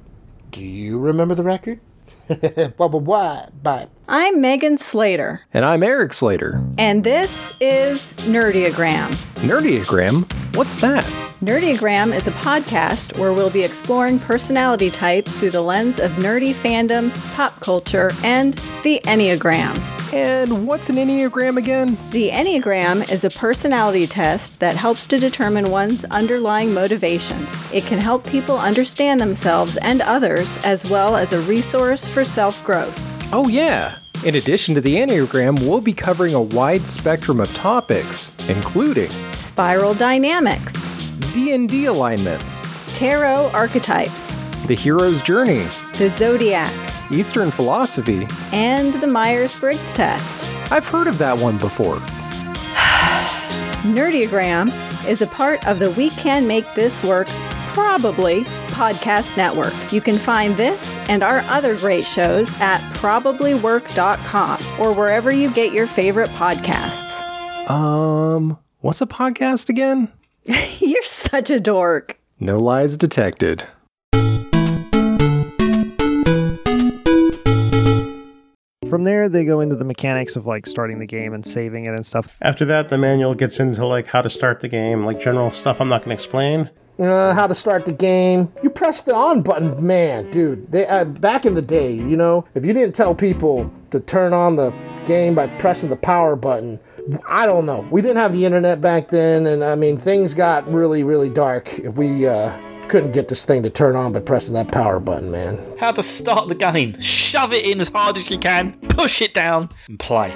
L: Do you remember the record? blah, blah, blah. Bye.
W: I'm Megan Slater,
B: And I'm Eric Slater.
W: and this is Nerdiogram.
B: Nerdiogram? What's that?
W: Nerdiogram is a podcast where we'll be exploring personality types through the lens of nerdy fandoms, pop culture, and the Enneagram.
B: And what's an Enneagram again?
W: The Enneagram is a personality test that helps to determine one's underlying motivations. It can help people understand themselves and others, as well as a resource for self growth.
B: Oh, yeah. In addition to the Enneagram, we'll be covering a wide spectrum of topics, including
W: Spiral dynamics,
B: D&D alignments,
W: tarot archetypes,
B: the hero's journey,
W: the zodiac,
B: Eastern philosophy.
W: and the Myers Briggs test.
B: I've heard of that one before.
W: Nerdiogram is a part of the We Can Make This Work, probably podcast network. You can find this and our other great shows at probablywork.com or wherever you get your favorite podcasts.
B: Um, what's a podcast again?
W: You're such a dork.
B: No lies detected.
D: From there, they go into the mechanics of like starting the game and saving it and stuff.
I: After that, the manual gets into like how to start the game, like general stuff I'm not going to explain.
L: uh, how to start the game. You press the on button, man, dude. They uh, back in the day, you know, if you didn't tell people to turn on the game by pressing the power button, I don't know. We didn't have the internet back then, and I mean, things got really, really dark if we uh, couldn't get this thing to turn on by pressing that power button, man.
A: How to start the game. Shove it in as hard as you can, push it down, and play.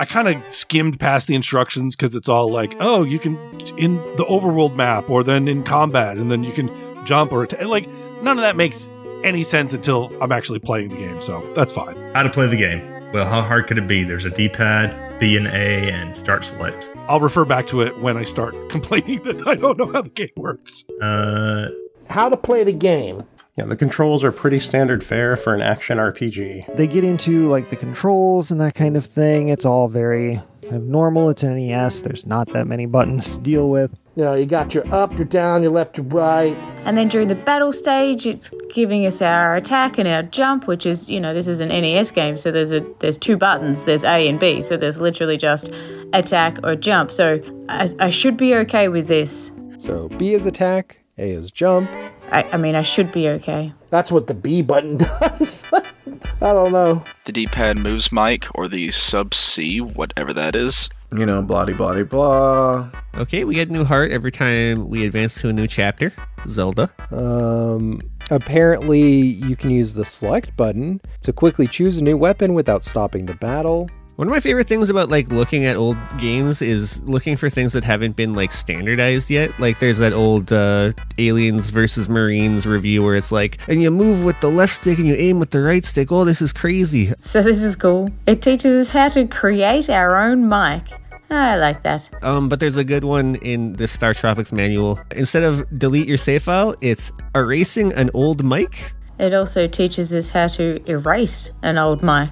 N: I kind of skimmed past the instructions because it's all like, oh, you can in the overworld map, or then in combat, and then you can jump or atta-" like none of that makes any sense until I'm actually playing the game. So that's fine.
F: How to play the game. Well, how hard could it be? There's a D pad, B and A, and start select.
N: I'll refer back to it when I start complaining that I don't know how the game works.
I: Uh,
L: how to play the game.
I: Yeah, the controls are pretty standard fare for an action RPG.
D: They get into like the controls and that kind of thing. It's all very kind of normal. It's an NES. There's not that many buttons to deal with.
L: You know, you got your up, your down, your left, your right.
H: And then during the battle stage, it's giving us our attack and our jump, which is, you know, this is an NES game, so there's a there's two buttons, there's A and B, so there's literally just attack or jump. So I, I should be okay with this.
B: So B is attack, A is jump.
H: I, I mean, I should be okay.
L: That's what the B button does. I don't know.
M: The D pad moves mic or the sub C, whatever that is.
L: You know, blah de blah de blah.
Q: Okay, we get a new heart every time we advance to a new chapter. Zelda.
B: Um, apparently, you can use the select button to quickly choose a new weapon without stopping the battle.
Q: One of my favorite things about like looking at old games is looking for things that haven't been like standardized yet. Like there's that old uh, Aliens versus Marines review where it's like, and you move with the left stick and you aim with the right stick. Oh, this is crazy.
H: So this is cool. It teaches us how to create our own mic. I like that.
Q: Um, but there's a good one in the Star Tropics manual. Instead of delete your save file, it's erasing an old mic.
H: It also teaches us how to erase an old mic.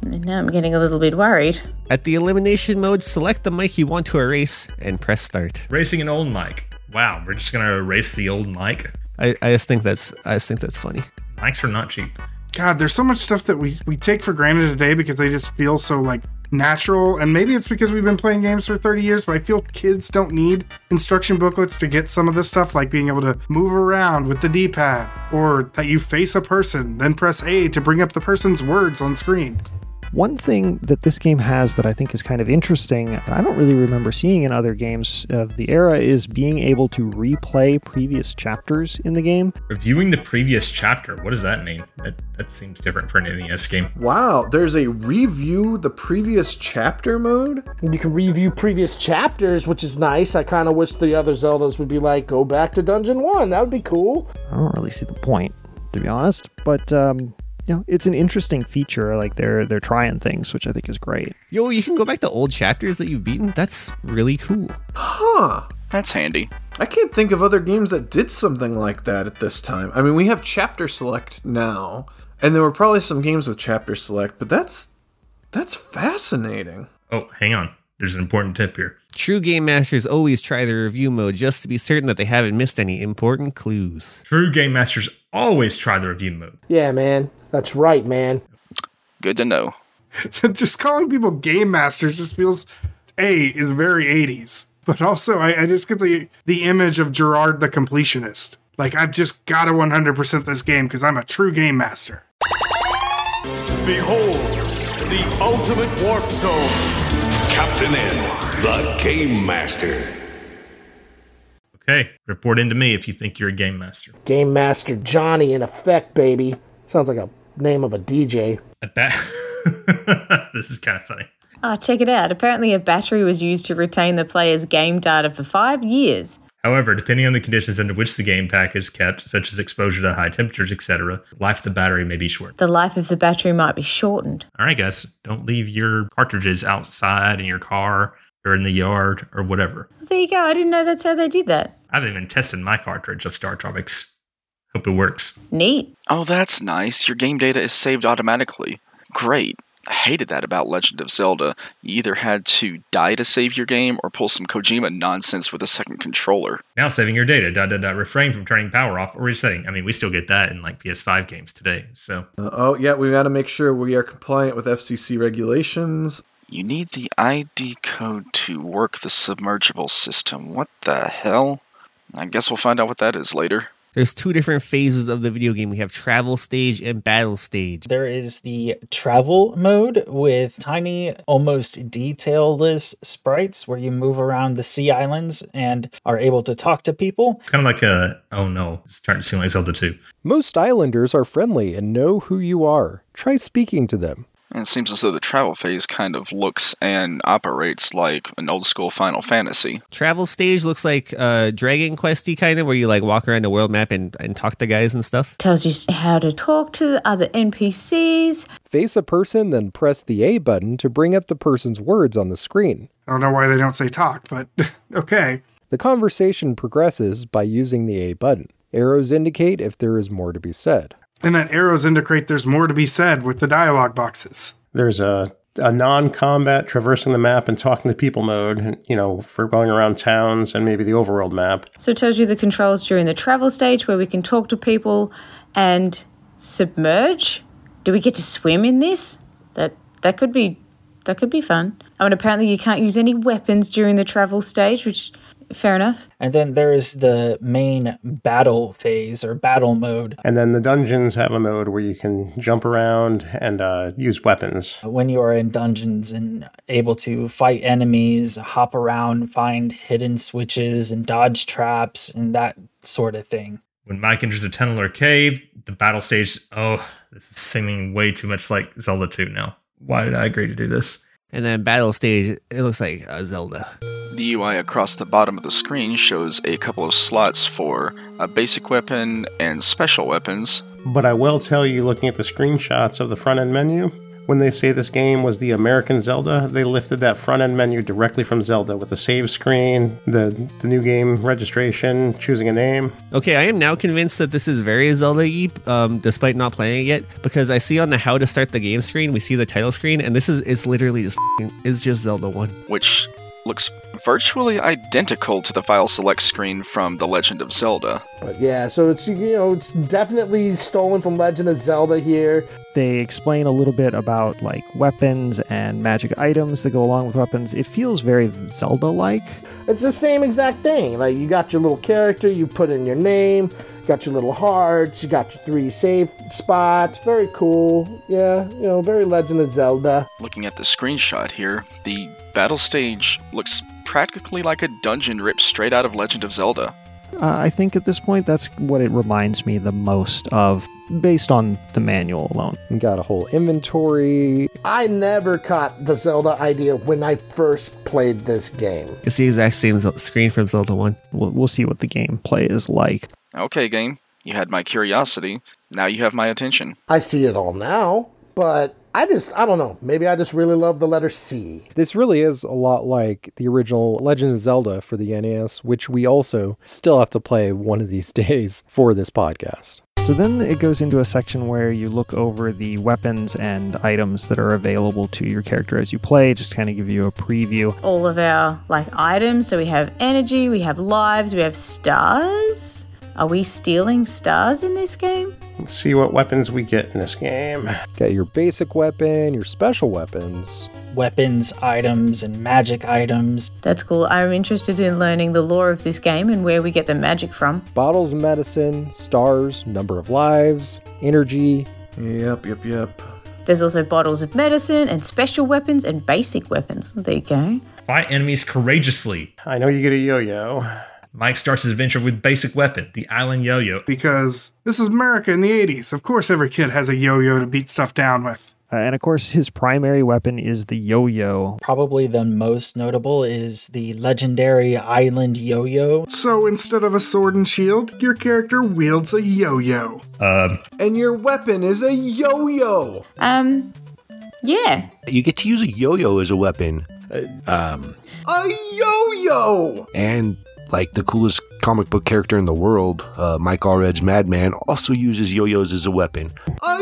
H: Now I'm getting a little bit worried.
Q: At the elimination mode, select the mic you want to erase and press start.
F: Racing an old mic. Wow, we're just gonna erase the old mic.
Q: I, I just think that's I just think that's funny.
F: Mics are not cheap.
K: God, there's so much stuff that we, we take for granted today because they just feel so like natural. And maybe it's because we've been playing games for 30 years, but I feel kids don't need instruction booklets to get some of this stuff, like being able to move around with the D pad, or that you face a person, then press A to bring up the person's words on screen.
D: One thing that this game has that I think is kind of interesting, and I don't really remember seeing in other games of the era, is being able to replay previous chapters in the game.
F: Reviewing the previous chapter. What does that mean? That that seems different for an NES game.
G: Wow, there's a review the previous chapter mode?
L: You can review previous chapters, which is nice. I kind of wish the other Zeldas would be like, go back to Dungeon 1. That would be cool.
D: I don't really see the point, to be honest, but. Um, you know, it's an interesting feature. Like they're they're trying things, which I think is great.
Q: Yo, you can go back to old chapters that you've beaten. That's really cool.
G: Huh.
M: That's handy.
G: I can't think of other games that did something like that at this time. I mean, we have chapter select now, and there were probably some games with chapter select, but that's that's fascinating.
F: Oh, hang on. There's an important tip here.
Q: True game masters always try the review mode just to be certain that they haven't missed any important clues.
F: True game masters always try the review mode.
L: Yeah, man. That's right, man.
M: Good to know.
K: just calling people game masters just feels, A, is very 80s. But also, I, I just get the, the image of Gerard the completionist. Like, I've just got to 100% this game because I'm a true game master.
J: Behold, the ultimate warp zone. Captain N, the Game Master.
F: Okay, report into me if you think you're a game master.
L: Game Master Johnny in effect, baby. Sounds like a name of a DJ.
F: At that, this is kind of funny.
H: Oh, check it out. Apparently, a battery was used to retain the player's game data for five years.
F: However, depending on the conditions under which the game pack is kept, such as exposure to high temperatures, etc., life of the battery may be short.
H: The life of the battery might be shortened.
F: All right, guys, don't leave your cartridges outside in your car or in the yard or whatever.
H: There you go. I didn't know that's how they did that.
F: I haven't even tested my cartridge of Star Tropics. Hope it works.
H: Neat.
M: Oh, that's nice. Your game data is saved automatically. Great. I hated that about Legend of Zelda. You either had to die to save your game or pull some Kojima nonsense with a second controller.
F: Now saving your data, dot, dot, dot, refrain from turning power off or resetting. I mean, we still get that in like PS5 games today, so.
G: Uh, oh, yeah, we got to make sure we are compliant with FCC regulations.
M: You need the ID code to work the submergible system. What the hell? I guess we'll find out what that is later.
Q: There's two different phases of the video game. We have travel stage and battle stage.
O: There is the travel mode with tiny, almost detailless sprites where you move around the sea islands and are able to talk to people.
F: Kind of like a, oh no, it's starting to seem like Zelda 2.
B: Most islanders are friendly and know who you are. Try speaking to them.
M: And it seems as though the travel phase kind of looks and operates like an old school Final Fantasy.
Q: Travel stage looks like uh, Dragon Questy kind of where you like walk around the world map and, and talk to guys and stuff.
H: Tells you how to talk to the other NPCs.
B: Face a person, then press the A button to bring up the person's words on the screen.
K: I don't know why they don't say talk, but okay.
B: The conversation progresses by using the A button. Arrows indicate if there is more to be said.
K: And that arrows indicate there's more to be said with the dialogue boxes.
I: There's a, a non combat traversing the map and talking to people mode, you know, for going around towns and maybe the overworld map.
H: So it tells you the controls during the travel stage where we can talk to people and submerge. Do we get to swim in this? That that could Oh, be that could be fun. I mean apparently you can't use any weapons during the travel stage, which Fair enough.
O: And then there is the main battle phase or battle mode.
I: And then the dungeons have a mode where you can jump around and uh, use weapons.
O: When you are in dungeons and able to fight enemies, hop around, find hidden switches, and dodge traps, and that sort of thing.
F: When Mike enters the tunnel or cave, the battle stage. Oh, this is seeming way too much like Zelda 2 now. Why did I agree to do this?
Q: And then battle stage, it looks like uh, Zelda.
M: The UI across the bottom of the screen shows a couple of slots for a basic weapon and special weapons.
I: But I will tell you, looking at the screenshots of the front end menu, when they say this game was the American Zelda, they lifted that front end menu directly from Zelda with the save screen, the, the new game registration, choosing a name.
Q: Okay, I am now convinced that this is very Zelda-y, um, despite not playing it yet, because I see on the how to start the game screen, we see the title screen, and this is it's literally just fing it's just Zelda one.
M: which looks virtually identical to the file select screen from The Legend of Zelda.
L: But yeah, so it's you know it's definitely stolen from Legend of Zelda here.
D: They explain a little bit about like weapons and magic items that go along with weapons. It feels very Zelda like.
L: It's the same exact thing. Like you got your little character, you put in your name, got your little hearts, you got your three save spots. Very cool. Yeah, you know, very Legend of Zelda.
M: Looking at the screenshot here, the battle stage looks practically like a dungeon ripped straight out of Legend of Zelda.
D: Uh, I think at this point, that's what it reminds me the most of based on the manual alone.
B: Got a whole inventory.
L: I never caught the Zelda idea when I first played this game.
Q: It's the exact same Zel- screen from Zelda one.
D: We'll, we'll see what the gameplay is like.
M: Okay, game, you had my curiosity. Now you have my attention.
L: I see it all now, but I just I don't know. Maybe I just really love the letter C.
B: This really is a lot like the original Legend of Zelda for the NES, which we also still have to play one of these days for this podcast.
D: So then it goes into a section where you look over the weapons and items that are available to your character as you play, just kind of give you a preview.
H: All of our like items. So we have energy, we have lives, we have stars. Are we stealing stars in this game?
I: Let's see what weapons we get in this game.
B: Got your basic weapon, your special weapons.
O: Weapons, items, and magic items.
H: That's cool. I'm interested in learning the lore of this game and where we get the magic from.
B: Bottles of medicine, stars, number of lives, energy.
G: Yep, yep, yep.
H: There's also bottles of medicine and special weapons and basic weapons. There you go.
F: Fight enemies courageously.
I: I know you get a yo yo.
F: Mike starts his adventure with basic weapon, the island yo yo.
K: Because this is America in the 80s. Of course, every kid has a yo yo to beat stuff down with.
D: Uh, and of course, his primary weapon is the yo yo.
O: Probably the most notable is the legendary island yo yo.
K: So instead of a sword and shield, your character wields a yo yo.
F: Um,
G: And your weapon is a yo-yo.
H: Um, yeah.
C: You get to use a yo-yo as a weapon. Uh, Um,
G: A yo-yo.
C: and like the coolest comic book character in the world, uh, Mike Allred's Madman also uses yo-yos as a weapon.
G: A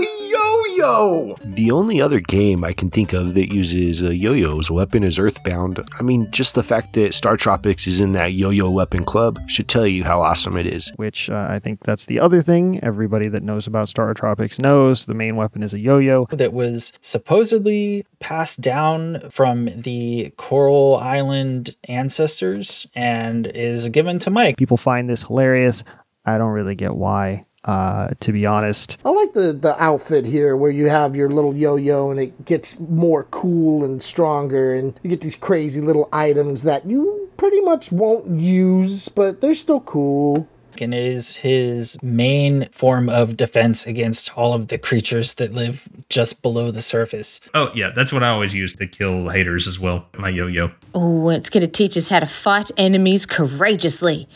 G: yo-yo.
C: The only other game I can think of that uses a yo-yo as a weapon is Earthbound. I mean, just the fact that Star Tropics is in that yo-yo weapon club should tell you how awesome it is.
D: Which uh, I think that's the other thing everybody that knows about Star Tropics knows. The main weapon is a yo yo.
O: That was supposedly passed down from the Coral Island ancestors and is given to Mike.
D: People find this hilarious. I don't really get why, uh, to be honest.
L: I like the the outfit here where you have your little yo-yo and it gets more cool and stronger and you get these crazy little items that you pretty much won't use, but they're still cool.
O: and is his main form of defense against all of the creatures that live just below the surface.
F: Oh, yeah, that's what I always use to kill haters as well. My yo yo.
H: Oh, it's going to teach us how to fight enemies courageously.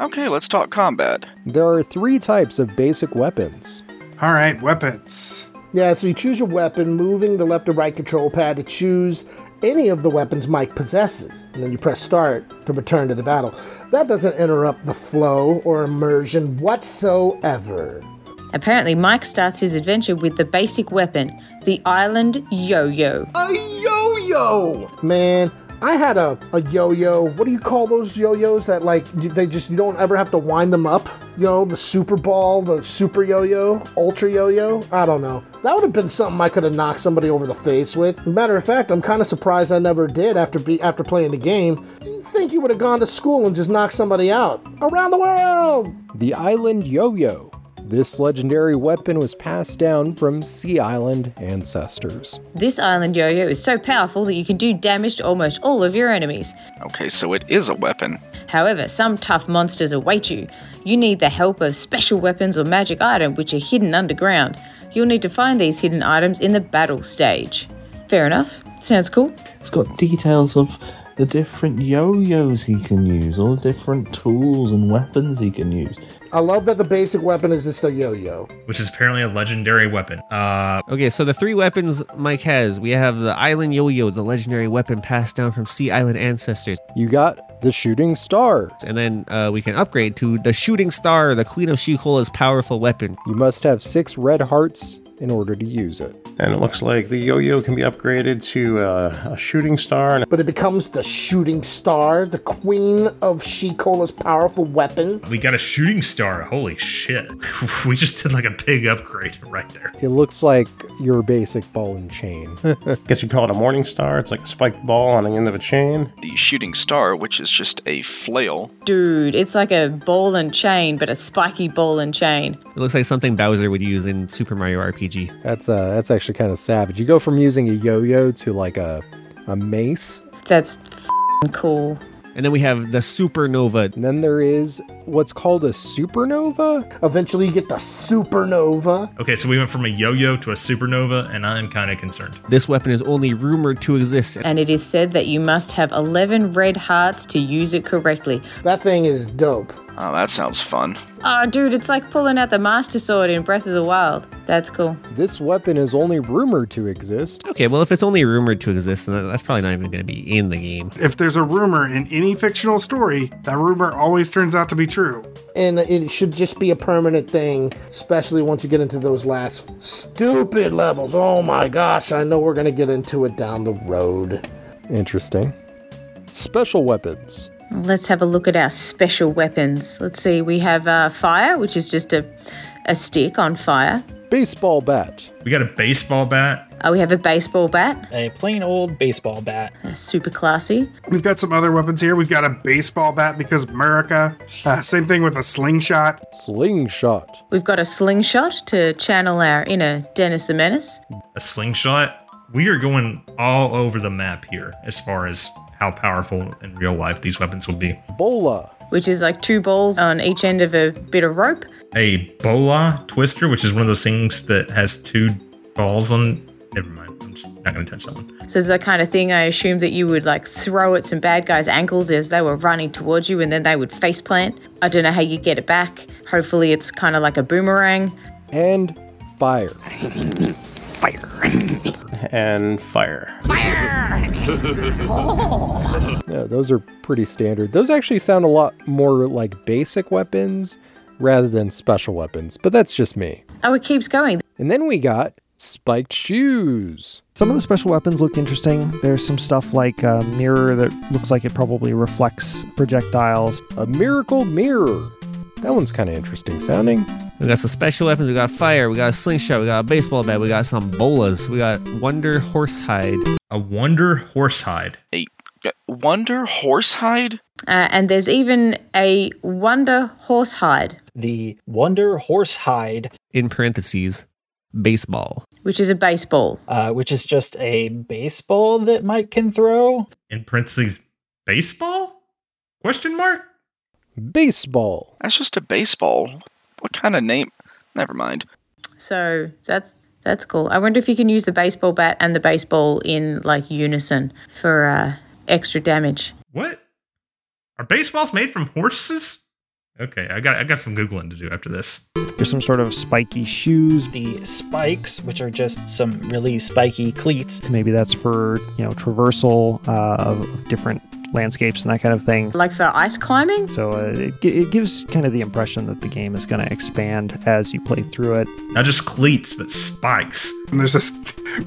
M: Okay, let's talk combat.
B: There are three types of basic weapons.
K: All right, weapons.
L: Yeah, so you choose your weapon, moving the left or right control pad to choose any of the weapons Mike possesses, and then you press start to return to the battle. That doesn't interrupt the flow or immersion whatsoever.
H: Apparently, Mike starts his adventure with the basic weapon, the island yo yo.
G: A yo-yo.
L: Man, I had a, a yo-yo. What do you call those yo-yos that like you- they just you don't ever have to wind them up? You know, the Super Ball, the Super Yo-Yo, Ultra Yo-Yo. I don't know. That would have been something I could have knocked somebody over the face with. Matter of fact, I'm kind of surprised I never did after be after playing the game. You'd think you would have gone to school and just knocked somebody out around the world.
B: The Island Yo Yo. This legendary weapon was passed down from Sea Island ancestors.
H: This island yo yo is so powerful that you can do damage to almost all of your enemies.
M: Okay, so it is a weapon.
H: However, some tough monsters await you. You need the help of special weapons or magic item which are hidden underground. You'll need to find these hidden items in the battle stage. Fair enough. Sounds cool.
R: It's got details of the different yo-yos he can use, all the different tools and weapons he can use.
L: I love that the basic weapon is just a yo-yo.
F: which is apparently a legendary weapon. Uh,
Q: okay, so the three weapons Mike has we have the Island Yo Yo, the legendary weapon passed down from Sea Island ancestors.
B: You got the Shooting Star.
Q: And then uh, we can upgrade to the Shooting Star, the Queen of Shukola's powerful weapon.
B: You must have six red hearts in order to use it.
I: And it looks like the yo-yo can be upgraded to uh, a shooting star. And
L: But it becomes the shooting star, the queen of Shikola's powerful weapon.
F: we got a shooting star. Holy shit. we just did like a big upgrade right there.
B: It looks like your basic ball and chain.
I: guess you call it a morning star. It's like a spiked ball on the end of a chain.
M: The shooting star, which is just a flail.
H: Dude, it's like a ball and chain, but a spiky ball and chain.
Q: It looks like something Bowser would use in Super Mario RPG.
B: That's uh, that's actually kind of savage. You go from using a yo-yo to like a a mace.
H: That's cool.
Q: And then we have the supernova.
B: And then there is what's called a supernova.
L: Eventually, you get the supernova.
F: Okay, so we went from a yo yo to a supernova, and I'm kind of concerned.
Q: This weapon is only rumored to exist.
H: And it is said that you must have 11 red hearts to use it correctly.
L: That thing is dope.
M: Oh, that sounds fun.
H: Oh, dude, it's like pulling out the Master Sword in Breath of the Wild. That's cool.
B: This weapon is only rumored to exist.
Q: Okay, well, if it's only rumored to exist, then that's probably not even going to be in the game.
K: If there's a rumor in any fictional story, that rumor always turns out to be true.
L: And it should just be a permanent thing, especially once you get into those last stupid levels. Oh my gosh, I know we're going to get into it down the road.
B: Interesting. Special weapons.
H: Let's have a look at our special weapons. Let's see, we have uh, fire, which is just a, a stick on fire.
B: Baseball bat.
F: We got a baseball bat.
H: Uh, we have a baseball bat.
O: A plain old baseball bat.
H: Super classy.
K: We've got some other weapons here. We've got a baseball bat because America. Uh, same thing with a slingshot.
B: Slingshot.
H: We've got a slingshot to channel our inner Dennis the Menace.
F: A slingshot. We are going all over the map here as far as how powerful in real life these weapons will be.
B: Bola.
H: Which is like two balls on each end of a bit of rope.
F: A bola twister, which is one of those things that has two balls on. Never mind. I'm just not going to touch that one.
H: So it's the kind of thing I assume that you would like throw at some bad guys' ankles as they were running towards you and then they would face plant. I don't know how you get it back. Hopefully it's kind of like a boomerang.
B: And fire.
I: And fire.
B: Yeah, those are pretty standard. Those actually sound a lot more like basic weapons rather than special weapons, but that's just me.
H: Oh, it keeps going.
B: And then we got spiked shoes.
D: Some of the special weapons look interesting. There's some stuff like a mirror that looks like it probably reflects projectiles. Um,
B: A miracle mirror. That one's kind of interesting sounding.
Q: We got some special weapons. We got fire. We got a slingshot. We got a baseball bat. We got some bolas. We got wonder horsehide.
F: A wonder horsehide.
M: A wonder horsehide?
H: Uh, and there's even a wonder horsehide,
O: The Wonder Horsehide,
Q: In parentheses, baseball.
H: which is a baseball.
O: uh, which is just a baseball that Mike can throw.
F: In parentheses, baseball? Question mark?
B: Baseball.
M: That's just a baseball. What kind of name? Never mind.
H: So that's that's cool. I wonder if you can use the baseball bat and the baseball in like unison for uh, extra damage.
F: What? Are baseballs made from horses? Okay, I got I got some googling to do after this.
D: There's some sort of spiky shoes.
O: The spikes, which are just some really spiky cleats.
D: Maybe that's for, you know, traversal uh, of different landscapes and that kind of thing.
H: Like for ice climbing?
D: So uh, it, gi- it gives kind of the impression that the game is going to expand as you play through it.
F: Not just cleats, but spikes.
K: And there's this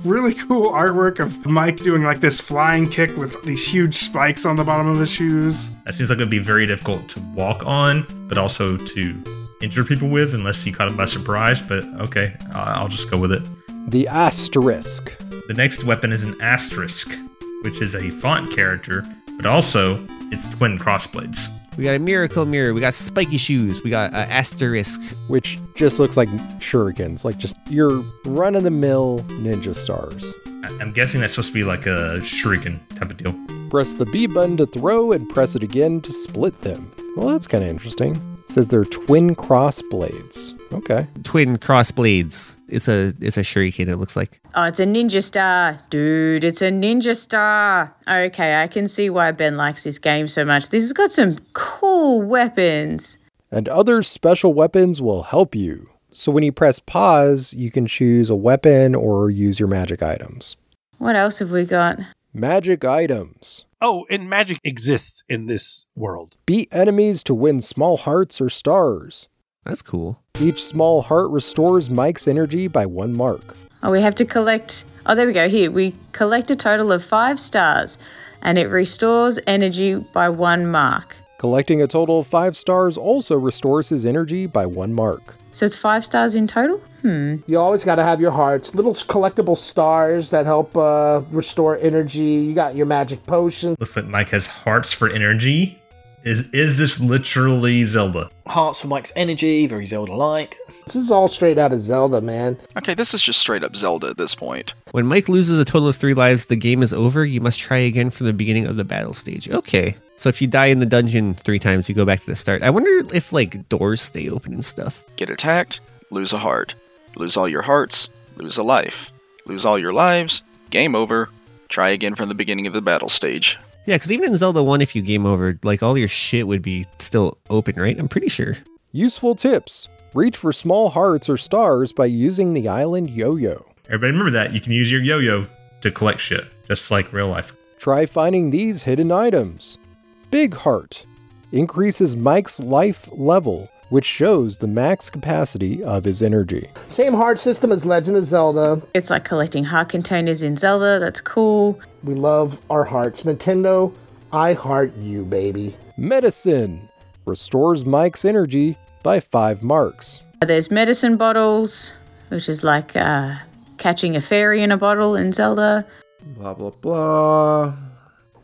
K: really cool artwork of Mike doing like this flying kick with these huge spikes on the bottom of his shoes.
F: That seems like it'd be very difficult to walk on, but also to injure people with, unless you caught it by surprise. But okay, I- I'll just go with it.
B: The asterisk.
F: The next weapon is an asterisk, which is a font character, but also it's twin crossblades.
Q: We got a miracle mirror. We got spiky shoes. We got uh, asterisk.
B: Which just looks like shurikens, like just your run of the mill ninja stars.
F: I- I'm guessing that's supposed to be like a shuriken type of deal.
B: Press the B button to throw and press it again to split them. Well, that's kind of interesting. It says they're twin cross blades. Okay.
Q: Twin cross blades. It's a it's a shuriken. It looks like.
H: Oh, it's a ninja star. Dude, it's a ninja star. Okay, I can see why Ben likes this game so much. This has got some cool weapons.
B: And other special weapons will help you. So when you press pause, you can choose a weapon or use your magic items.
H: What else have we got?
B: Magic items.
N: Oh, and magic exists in this world.
B: Beat enemies to win small hearts or stars.
Q: That's cool.
B: Each small heart restores Mike's energy by one mark.
H: Oh, we have to collect. Oh, there we go. Here, we collect a total of five stars, and it restores energy by one mark.
B: Collecting a total of five stars also restores his energy by one mark.
H: So it's five stars in total? Hmm.
L: You always got to have your hearts, little collectible stars that help uh, restore energy. You got your magic potion.
F: Looks like Mike has hearts for energy. Is is this literally Zelda?
A: Hearts for Mike's energy, very Zelda like.
L: This is all straight out of Zelda, man.
M: Okay, this is just straight up Zelda at this point.
Q: When Mike loses a total of three lives, the game is over. You must try again from the beginning of the battle stage. Okay. So if you die in the dungeon three times, you go back to the start. I wonder if like doors stay open and stuff.
M: Get attacked, lose a heart. Lose all your hearts, lose a life. Lose all your lives, game over. Try again from the beginning of the battle stage.
Q: Yeah, because even in Zelda 1, if you game over, like all your shit would be still open, right? I'm pretty sure.
B: Useful tips reach for small hearts or stars by using the island yo yo.
F: Everybody remember that you can use your yo-yo to collect shit, just like real life.
B: Try finding these hidden items. Big Heart increases Mike's life level, which shows the max capacity of his energy.
L: Same heart system as Legend of Zelda.
H: It's like collecting heart containers in Zelda. That's cool.
L: We love our hearts. Nintendo, I heart you, baby.
B: Medicine restores Mike's energy by five marks.
H: There's medicine bottles, which is like uh, catching a fairy in a bottle in Zelda.
L: Blah, blah, blah.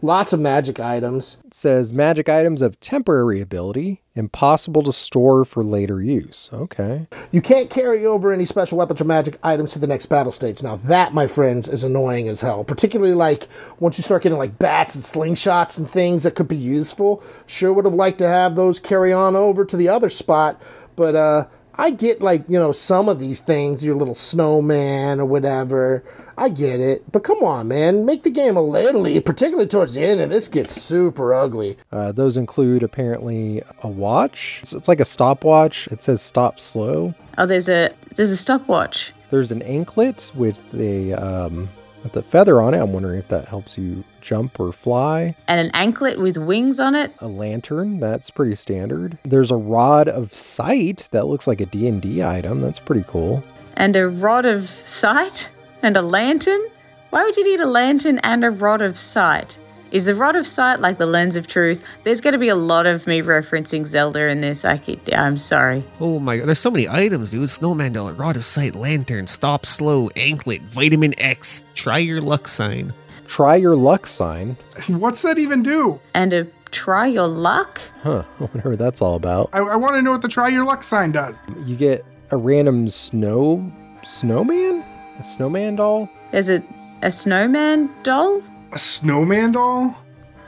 L: Lots of magic items.
B: It says magic items of temporary ability, impossible to store for later use. Okay.
L: You can't carry over any special weapons or magic items to the next battle stage. Now, that, my friends, is annoying as hell. Particularly, like, once you start getting, like, bats and slingshots and things that could be useful. Sure would have liked to have those carry on over to the other spot, but, uh, I get, like, you know, some of these things, your little snowman or whatever. I get it. But come on, man. Make the game a little, e-, particularly towards the end, and this gets super ugly.
B: Uh, those include apparently a watch. It's, it's like a stopwatch. It says stop slow.
H: Oh, there's a there's a stopwatch.
B: There's an anklet with the um, with the feather on it. I'm wondering if that helps you jump or fly.
H: and an anklet with wings on it.
B: A lantern. That's pretty standard. There's a rod of sight that looks like a D&D item. That's pretty cool.
H: and a rod of sight and a lantern? Why would you need a lantern and a rod of sight? Is the rod of sight like the lens of truth? There's going to be a lot of me referencing Zelda in this. I could, I'm sorry.
Q: Oh my god, there's so many items, dude. Snowman dollar, rod of sight, lantern, stop slow, anklet, vitamin X, try your luck sign.
B: Try your luck sign.
K: What's that even do?
H: And a try your luck?
B: Huh. I wonder what that's all about.
K: I, I want to know what the try your luck sign does.
B: You get a random snow snowman? A snowman doll?
H: There's a, a snowman doll?
K: A snowman doll?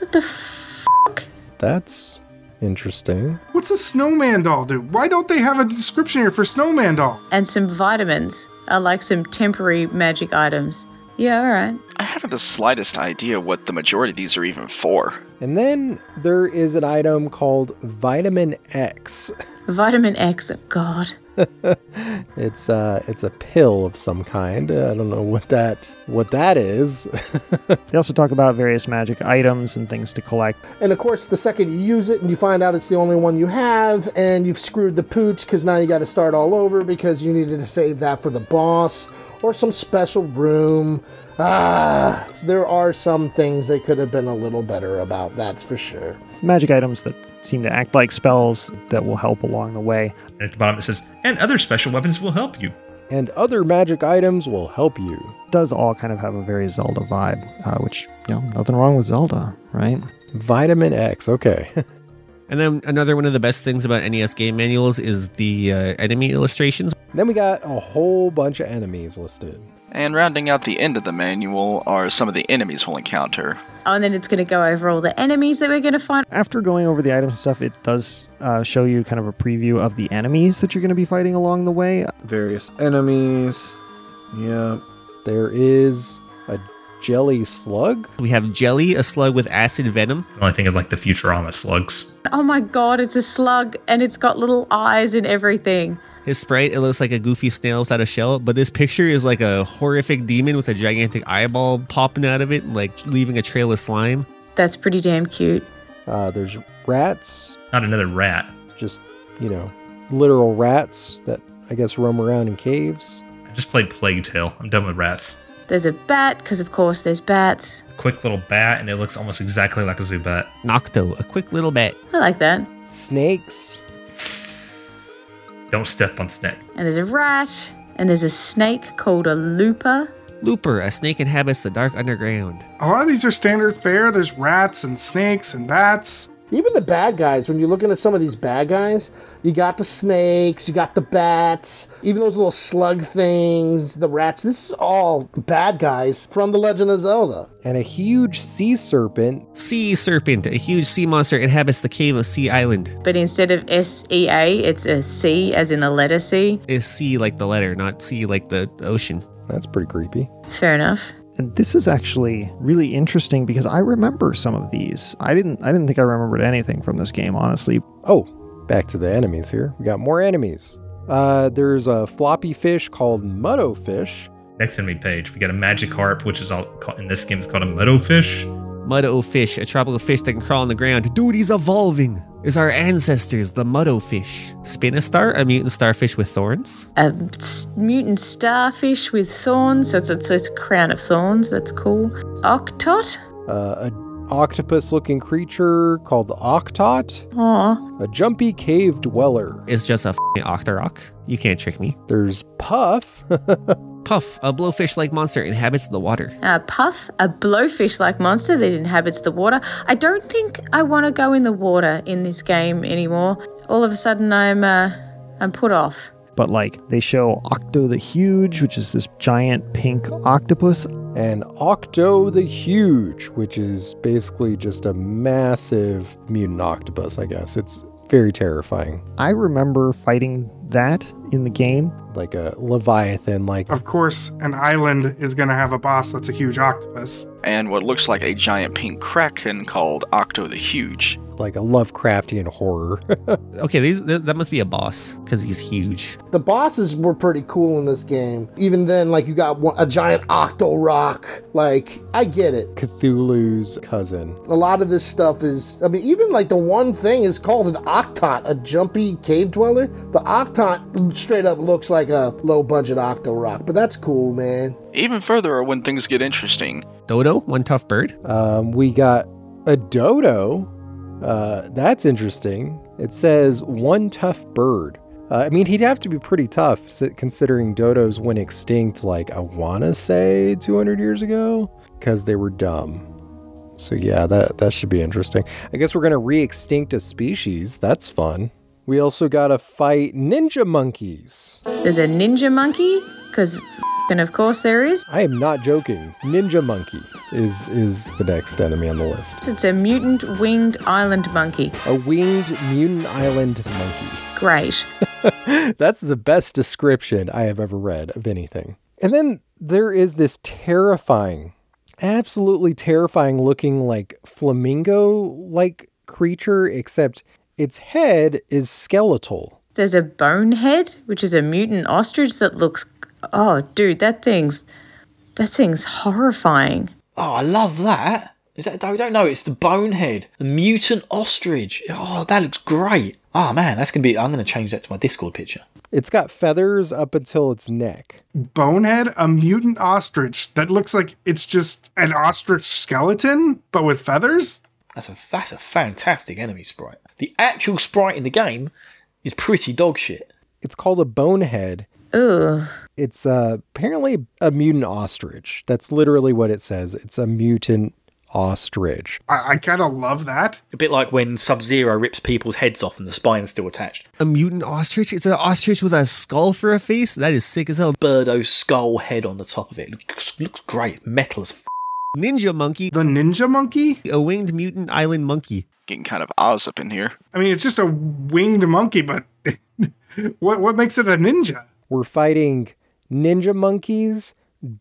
H: What the f-
B: That's interesting.
K: What's a snowman doll do? Why don't they have a description here for snowman doll?
H: And some vitamins are like some temporary magic items. Yeah, all right.
M: I haven't the slightest idea what the majority of these are even for.
B: And then there is an item called vitamin X.
H: Vitamin X, oh God.
B: It's uh, it's a pill of some kind. Uh, I don't know what that what that is.
D: They also talk about various magic items and things to collect.
L: And of course, the second you use it and you find out it's the only one you have, and you've screwed the pooch because now you got to start all over because you needed to save that for the boss or some special room. Ah, there are some things they could have been a little better about, that's for sure.
D: Magic items that seem to act like spells that will help along the way.
F: And at the bottom it says, and other special weapons will help you.
B: and other magic items will help you.
D: Does all kind of have a very Zelda vibe, uh, which you know nothing wrong with Zelda, right?
B: Vitamin X, okay.
Q: And then another one of the best things about NES game manuals is the uh, enemy illustrations.
B: Then we got a whole bunch of enemies listed.
M: And rounding out the end of the manual are some of the enemies we'll encounter.
H: Oh, and then it's going to go over all the enemies that we're going to find.
D: After going over the items and stuff, it does uh, show you kind of a preview of the enemies that you're going to be fighting along the way.
B: Various enemies. Yeah. There is a jelly slug.
Q: We have jelly, a slug with acid venom.
F: I think of like the Futurama slugs.
H: Oh my God, it's a slug and it's got little eyes and everything.
Q: His sprite, it looks like a goofy snail without a shell, but this picture is like a horrific demon with a gigantic eyeball popping out of it and like leaving a trail of slime.
H: That's pretty damn cute.
B: Uh, there's rats.
F: Not another rat.
B: Just, you know, literal rats that I guess roam around in caves.
F: I just played Plague Tale. I'm done with rats.
H: There's a bat, because of course there's bats.
F: Quick little bat, and it looks almost exactly like a Zubat.
Q: Nocto, a quick little bat.
H: I like that.
B: Snakes.
F: Don't step on snake.
H: And there's a rat, and there's a snake called a looper.
Q: Looper, a snake inhabits the dark underground.
K: A lot of these are standard fare. There's rats and snakes and bats.
L: Even the bad guys, when you're looking at some of these bad guys, you got the snakes, you got the bats, even those little slug things, the rats. This is all bad guys from The Legend of Zelda.
B: And a huge sea serpent.
Q: Sea serpent, a huge sea monster inhabits the cave of Sea Island.
H: But instead of S E A, it's a C as in the letter C.
Q: Is sea like the letter, not sea like the ocean.
B: That's pretty creepy.
H: Fair enough.
D: And this is actually really interesting because I remember some of these. I didn't. I didn't think I remembered anything from this game, honestly.
B: Oh, back to the enemies here. We got more enemies. Uh, there's a floppy fish called Muddo fish.
F: Next enemy page, we got a magic harp, which is all called, in this game is called a meadowfish.
Q: Muddo fish, a tropical fish that can crawl on the ground. Dude, he's evolving. Is our ancestors the Muddo fish? Spinostar, a mutant starfish with thorns.
H: A s- mutant starfish with thorns, so it's, it's, it's a crown of thorns. That's cool. Octot?
B: Uh, a octopus-looking creature called Octot.
H: Aw.
B: A jumpy cave dweller.
Q: It's just a f***ing octorok. You can't trick me.
B: There's Puff.
Q: Puff, a blowfish-like monster inhabits the water.
H: A puff, a blowfish like monster that inhabits the water. I don't think I want to go in the water in this game anymore. All of a sudden, I'm uh, I'm put off.
D: But like they show Octo the Huge, which is this giant pink octopus.
B: And Octo the Huge, which is basically just a massive mutant octopus, I guess. It's very terrifying.
D: I remember fighting that in the game.
B: Like a Leviathan, like
K: Of course, an island is going to have a boss that's a huge octopus.
M: And what looks like a giant pink kraken called Octo the Huge.
B: like a Lovecraftian horror.
Q: Okay, these th- that must be a boss because he's huge.
L: The bosses were pretty cool in this game. Even then, like, you got one, a giant octo rock. Like, I get it.
B: Cthulhu's cousin.
L: A lot of this stuff is, I mean, even like the one thing is called an octot, a jumpy cave dweller. The octot straight up looks like a low budget octo rock, but that's cool, man.
M: Even further are when things get interesting.
Q: Dodo, one tough bird.
B: Um, we got a dodo. Uh, that's interesting. It says one tough bird. Uh, I mean, he'd have to be pretty tough si- considering dodos went extinct, like, I want to say 200 years ago because they were dumb. So, yeah, that, that should be interesting. I guess we're going to re extinct a species. That's fun. We also got to fight ninja monkeys.
H: There's a ninja monkey, because and of course there is.
B: I am not joking. Ninja monkey is is the next enemy on the list.
H: It's a mutant winged island monkey.
B: A winged mutant island monkey.
H: Great.
B: That's the best description I have ever read of anything. And then there is this terrifying, absolutely terrifying looking like flamingo like creature, except its head is skeletal.
H: There's a bonehead, which is a mutant ostrich that looks. Oh, dude, that thing's. That thing's horrifying.
A: Oh, I love that. Is that a dodo? No, it's the bonehead, the mutant ostrich. Oh, that looks great. Oh man, that's gonna be. I'm gonna change that to my Discord picture.
B: It's got feathers up until its neck.
K: Bonehead, a mutant ostrich that looks like it's just an ostrich skeleton, but with feathers?
A: That's a that's a fantastic enemy sprite. The actual sprite in the game is pretty dog shit.
B: It's called a bonehead.
H: Ooh.
B: It's uh, apparently a mutant ostrich. That's literally what it says. It's a mutant ostrich.
K: I, I kind of love that.
A: A bit like when Sub Zero rips people's heads off and the spine's still attached.
Q: A mutant ostrich? It's an ostrich with a skull for a face? That is sick as hell.
A: Birdo's skull head on the top of it. Looks, looks great. Metal as f.
Q: Ninja monkey.
K: The ninja monkey?
Q: A winged mutant island monkey.
M: Getting kind of Oz up in here.
K: I mean, it's just a winged monkey, but what, what makes it a ninja?
B: We're fighting ninja monkeys,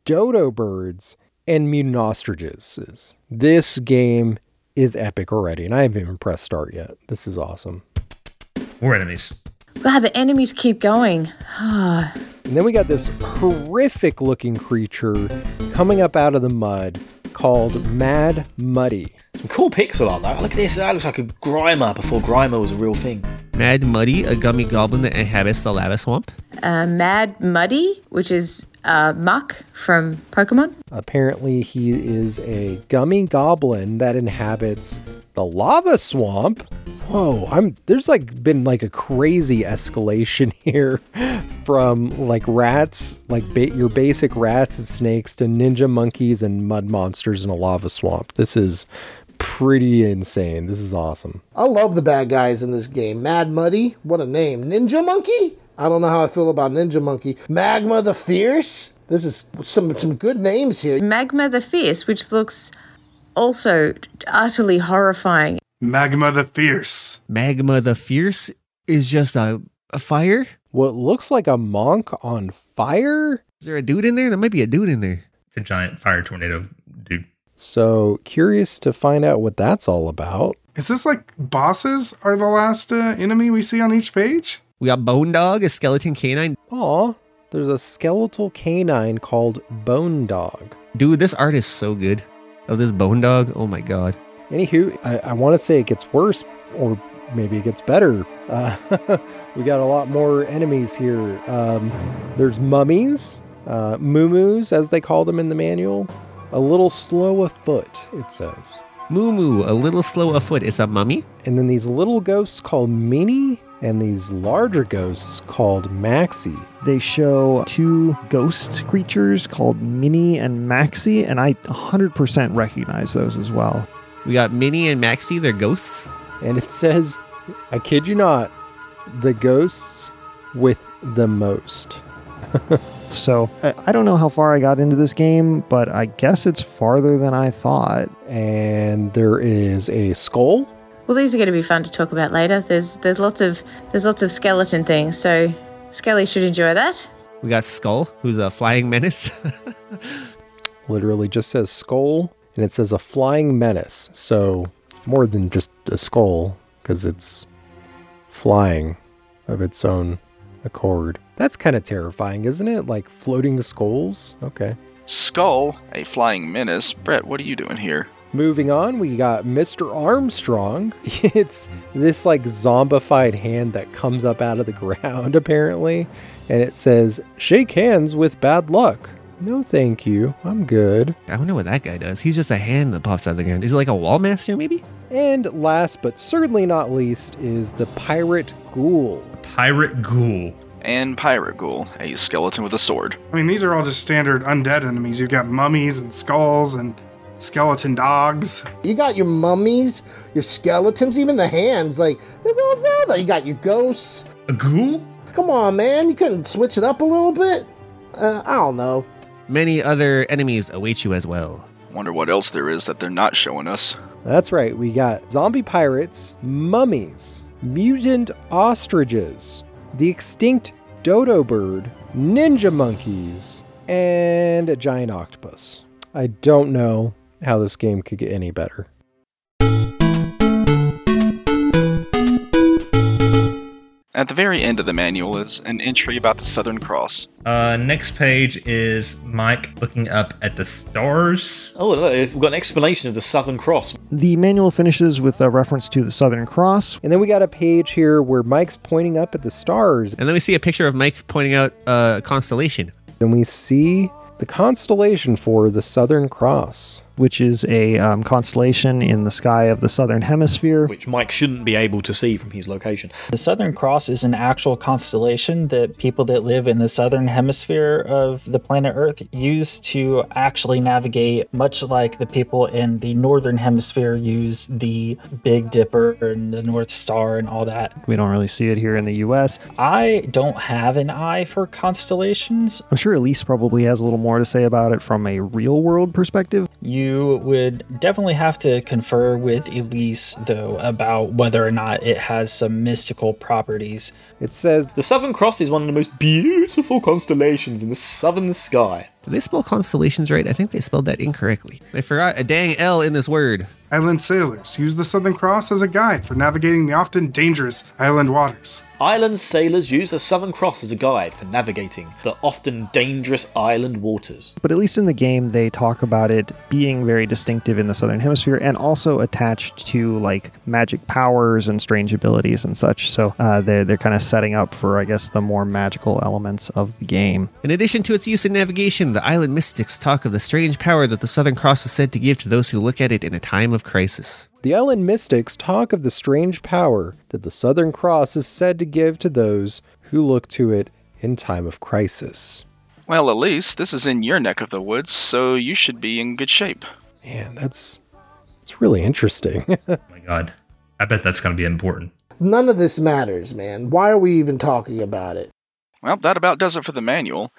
B: dodo birds, and mutant ostriches. This game is epic already, and I haven't even pressed start yet. This is awesome.
F: More enemies.
H: God, Ah, the enemies keep going. Ah.
B: And then we got this horrific looking creature coming up out of the mud called Mad Muddy.
A: Some cool pixel art though. Look at this. That looks like a Grimer before Grimer was a real thing.
Q: Mad Muddy, a gummy goblin that inhabits the lava swamp.
H: uh, Mad Muddy, which is uh, Muck from Pokemon.
B: Apparently, he is a gummy goblin that inhabits the lava swamp. Whoa, I'm there's like been like a crazy escalation here from like rats, like ba- your basic rats and snakes to ninja monkeys and mud monsters in a lava swamp. This is pretty insane. This is awesome.
L: I love the bad guys in this game. Mad Muddy, what a name. Ninja Monkey? I don't know how I feel about Ninja Monkey. Magma the Fierce? This is some some good names here.
H: Magma the Fierce, which looks also utterly horrifying.
K: Magma the Fierce.
Q: Magma the Fierce is just a, a fire?
B: What looks like a monk on fire?
Q: Is there a dude in there? There might be a dude in there.
F: It's a giant fire tornado dude.
B: So curious to find out what that's all about.
K: Is this like bosses are the last uh, enemy we see on each page?
Q: We got Bone Dog, a skeleton canine.
B: Aw, there's a skeletal canine called Bone Dog.
Q: Dude, this art is so good. Of this Bone Dog, oh my god.
B: Anywho, I, I want to say it gets worse, or maybe it gets better. Uh, we got a lot more enemies here. Um, there's mummies, uh, moo-moos, as they call them in the manual. A little slow afoot, it says.
Q: Moo Moo, a little slow afoot, is a mummy.
B: And then these little ghosts called Mini, and these larger ghosts called Maxi.
D: They show two ghost creatures called Minnie and Maxie, and I 100% recognize those as well.
Q: We got Minnie and Maxie, they're ghosts.
B: And it says, I kid you not, the ghosts with the most.
D: So I, I don't know how far I got into this game, but I guess it's farther than I thought.
B: And there is a skull.
H: Well, these are going to be fun to talk about later. There's there's lots of there's lots of skeleton things, so Skelly should enjoy that.
Q: We got Skull, who's a flying menace.
B: Literally just says skull, and it says a flying menace. So it's more than just a skull, because it's flying of its own accord. That's kind of terrifying, isn't it? Like floating skulls? Okay.
M: Skull, a flying menace. Brett, what are you doing here?
B: Moving on, we got Mr. Armstrong. It's this like zombified hand that comes up out of the ground, apparently. And it says, Shake hands with bad luck. No, thank you. I'm good.
Q: I wonder what that guy does. He's just a hand that pops out of the ground. Is he like a wall master, maybe?
B: And last but certainly not least is the Pirate Ghoul.
F: Pirate Ghoul.
M: And Pirate Ghoul, a skeleton with a sword.
K: I mean, these are all just standard undead enemies. You've got mummies and skulls and skeleton dogs.
L: You got your mummies, your skeletons, even the hands. Like, it goes down there. You got your ghosts.
F: A ghoul?
L: Come on, man. You couldn't switch it up a little bit? Uh, I don't know.
Q: Many other enemies await you as well.
M: Wonder what else there is that they're not showing us.
B: That's right, we got zombie pirates, mummies, mutant ostriches, the extinct dodo bird, ninja monkeys, and a giant octopus. I don't know how this game could get any better.
M: At the very end of the manual is an entry about the Southern Cross.
F: Uh, next page is Mike looking up at the stars.
A: Oh, look, it's- we've got an explanation of the Southern Cross.
D: The manual finishes with a reference to the Southern Cross.
B: And then we got a page here where Mike's pointing up at the stars.
Q: And then we see a picture of Mike pointing out a constellation.
B: And we see the constellation for the Southern Cross.
D: Which is a um, constellation in the sky of the southern hemisphere.
A: Which Mike shouldn't be able to see from his location.
O: The Southern Cross is an actual constellation that people that live in the southern hemisphere of the planet Earth use to actually navigate, much like the people in the northern hemisphere use the Big Dipper and the North Star and all that.
D: We don't really see it here in the US.
O: I don't have an eye for constellations.
D: I'm sure Elise probably has a little more to say about it from a real world perspective.
O: You would definitely have to confer with Elise, though, about whether or not it has some mystical properties.
B: It says
A: The Southern Cross is one of the most beautiful constellations in the southern sky.
Q: Did they spell constellations right? I think they spelled that incorrectly. They forgot a dang L in this word.
K: Island sailors use the Southern Cross as a guide for navigating the often dangerous island waters.
A: Island sailors use the Southern Cross as a guide for navigating the often dangerous island waters.
D: But at least in the game, they talk about it being very distinctive in the southern hemisphere and also attached to like magic powers and strange abilities and such. So uh, they're, they're kind of setting up for, I guess, the more magical elements of the game.
Q: In addition to its use in navigation, the island mystics talk of the strange power that the Southern Cross is said to give to those who look at it in a time of crisis.
B: The island mystics talk of the strange power that the Southern Cross is said to give to those who look to it in time of crisis.
M: Well, Elise, this is in your neck of the woods, so you should be in good shape.
B: Man, that's it's really interesting.
F: Oh my god. I bet that's going to be important.
L: None of this matters, man. Why are we even talking about it?
M: Well, that about does it for the manual.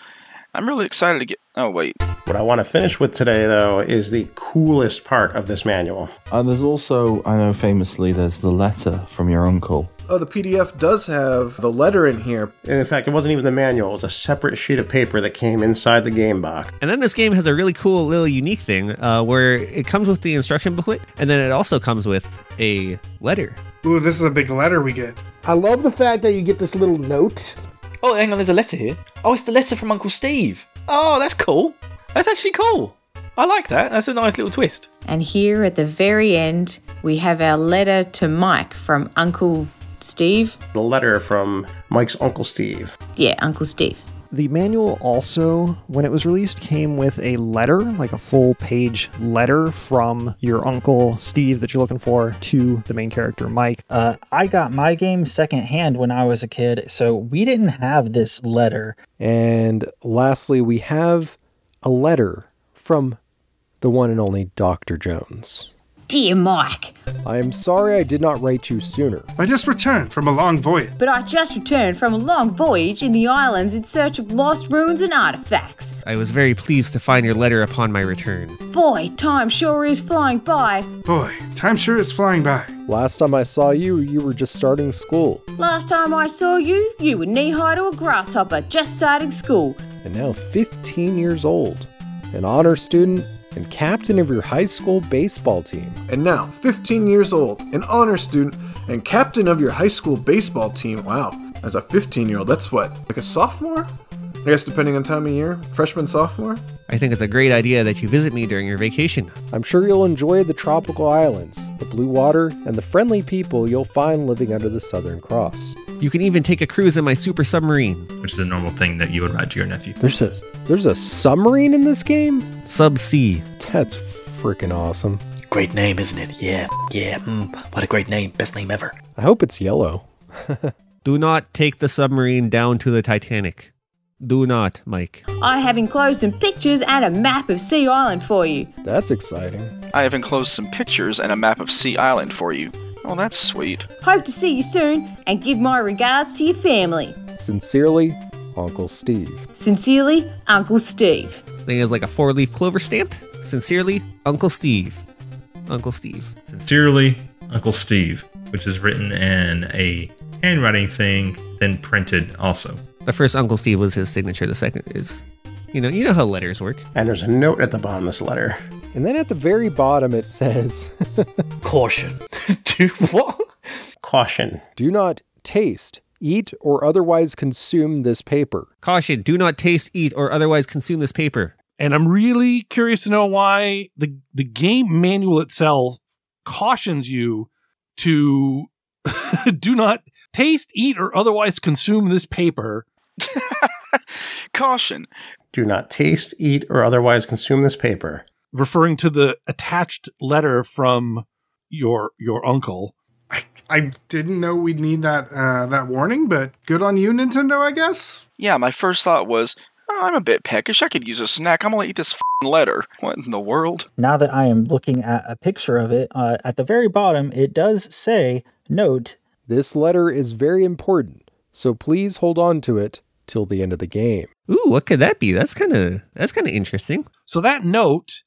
M: I'm really excited to get. Oh, wait.
I: What I want to finish with today, though, is the coolest part of this manual.
R: And there's also, I know famously, there's the letter from your uncle.
G: Oh, the PDF does have the letter in here.
I: And in fact, it wasn't even the manual, it was a separate sheet of paper that came inside the game box.
Q: And then this game has a really cool little unique thing uh, where it comes with the instruction booklet, and then it also comes with a letter.
K: Ooh, this is a big letter we get.
L: I love the fact that you get this little note.
A: Oh, hang on, there's a letter here. Oh, it's the letter from Uncle Steve. Oh, that's cool. That's actually cool. I like that. That's a nice little twist.
H: And here at the very end, we have our letter to Mike from Uncle Steve.
I: The letter from Mike's Uncle Steve.
H: Yeah, Uncle Steve.
D: The manual also, when it was released, came with a letter, like a full page letter from your uncle Steve that you're looking for to the main character Mike.
O: Uh, I got my game secondhand when I was a kid, so we didn't have this letter.
B: And lastly, we have a letter from the one and only Dr. Jones.
H: Dear Mike,
B: I am sorry I did not write you sooner.
K: I just returned from a long voyage.
H: but I just returned from a long voyage in the islands in search of lost ruins and artifacts.
Q: I was very pleased to find your letter upon my return.
H: Boy, time sure is flying by.
K: Boy, time sure is flying by.
B: Last time I saw you, you were just starting school.
H: Last time I saw you, you were knee high to a grasshopper just starting school.
B: and now 15 years old, an honor student, and captain of your high school baseball team.
G: And now, 15 years old, an honor student, and captain of your high school baseball team. Wow. As a 15 year old, that's what? Like a sophomore? I guess depending on time of year. Freshman, sophomore?
Q: I think it's a great idea that you visit me during your vacation.
B: I'm sure you'll enjoy the tropical islands, the blue water, and the friendly people you'll find living under the Southern Cross.
Q: You can even take a cruise in my super submarine.
F: Which is a normal thing that you would write to your nephew.
B: There's a there's a submarine in this game?
Q: Sub C.
B: That's freaking awesome.
P: Great name, isn't it? Yeah, yeah. Mm, what a great name. Best name ever.
B: I hope it's yellow.
Q: Do not take the submarine down to the Titanic. Do not, Mike.
H: I have enclosed some pictures and a map of Sea Island for you.
B: That's exciting.
M: I have enclosed some pictures and a map of Sea Island for you. Oh, that's sweet.
H: Hope to see you soon and give my regards to your family.
B: Sincerely, Uncle Steve.
H: Sincerely, Uncle Steve.
Q: Thing is like a four leaf clover stamp. Sincerely, Uncle Steve. Uncle Steve.
F: Sincerely, Uncle Steve, which is written in a handwriting thing, then printed also.
Q: The first Uncle Steve was his signature. The second is, you know, you know how letters work.
I: And there's a note at the bottom of this letter.
B: And then at the very bottom it says Caution.
A: Do what?
I: Caution.
B: Do not taste eat, or otherwise consume this paper.
Q: Caution, do not taste, eat, or otherwise consume this paper.
N: And I'm really curious to know why the the game manual itself cautions you to do not taste, eat, or otherwise consume this paper.
M: Caution.
I: Do not taste, eat, or otherwise consume this paper.
N: Referring to the attached letter from your your uncle.
K: I didn't know we'd need that uh, that warning, but good on you, Nintendo. I guess.
M: Yeah, my first thought was, "Oh, I'm a bit peckish. I could use a snack. I'm gonna eat this fing letter. What in the world?
O: Now that I am looking at a picture of it, uh, at the very bottom, it does say note
B: This letter is very important, so please hold on to it till the end of the game.
Q: Ooh, what could that be? That's kind of that's kind of interesting.
N: So that note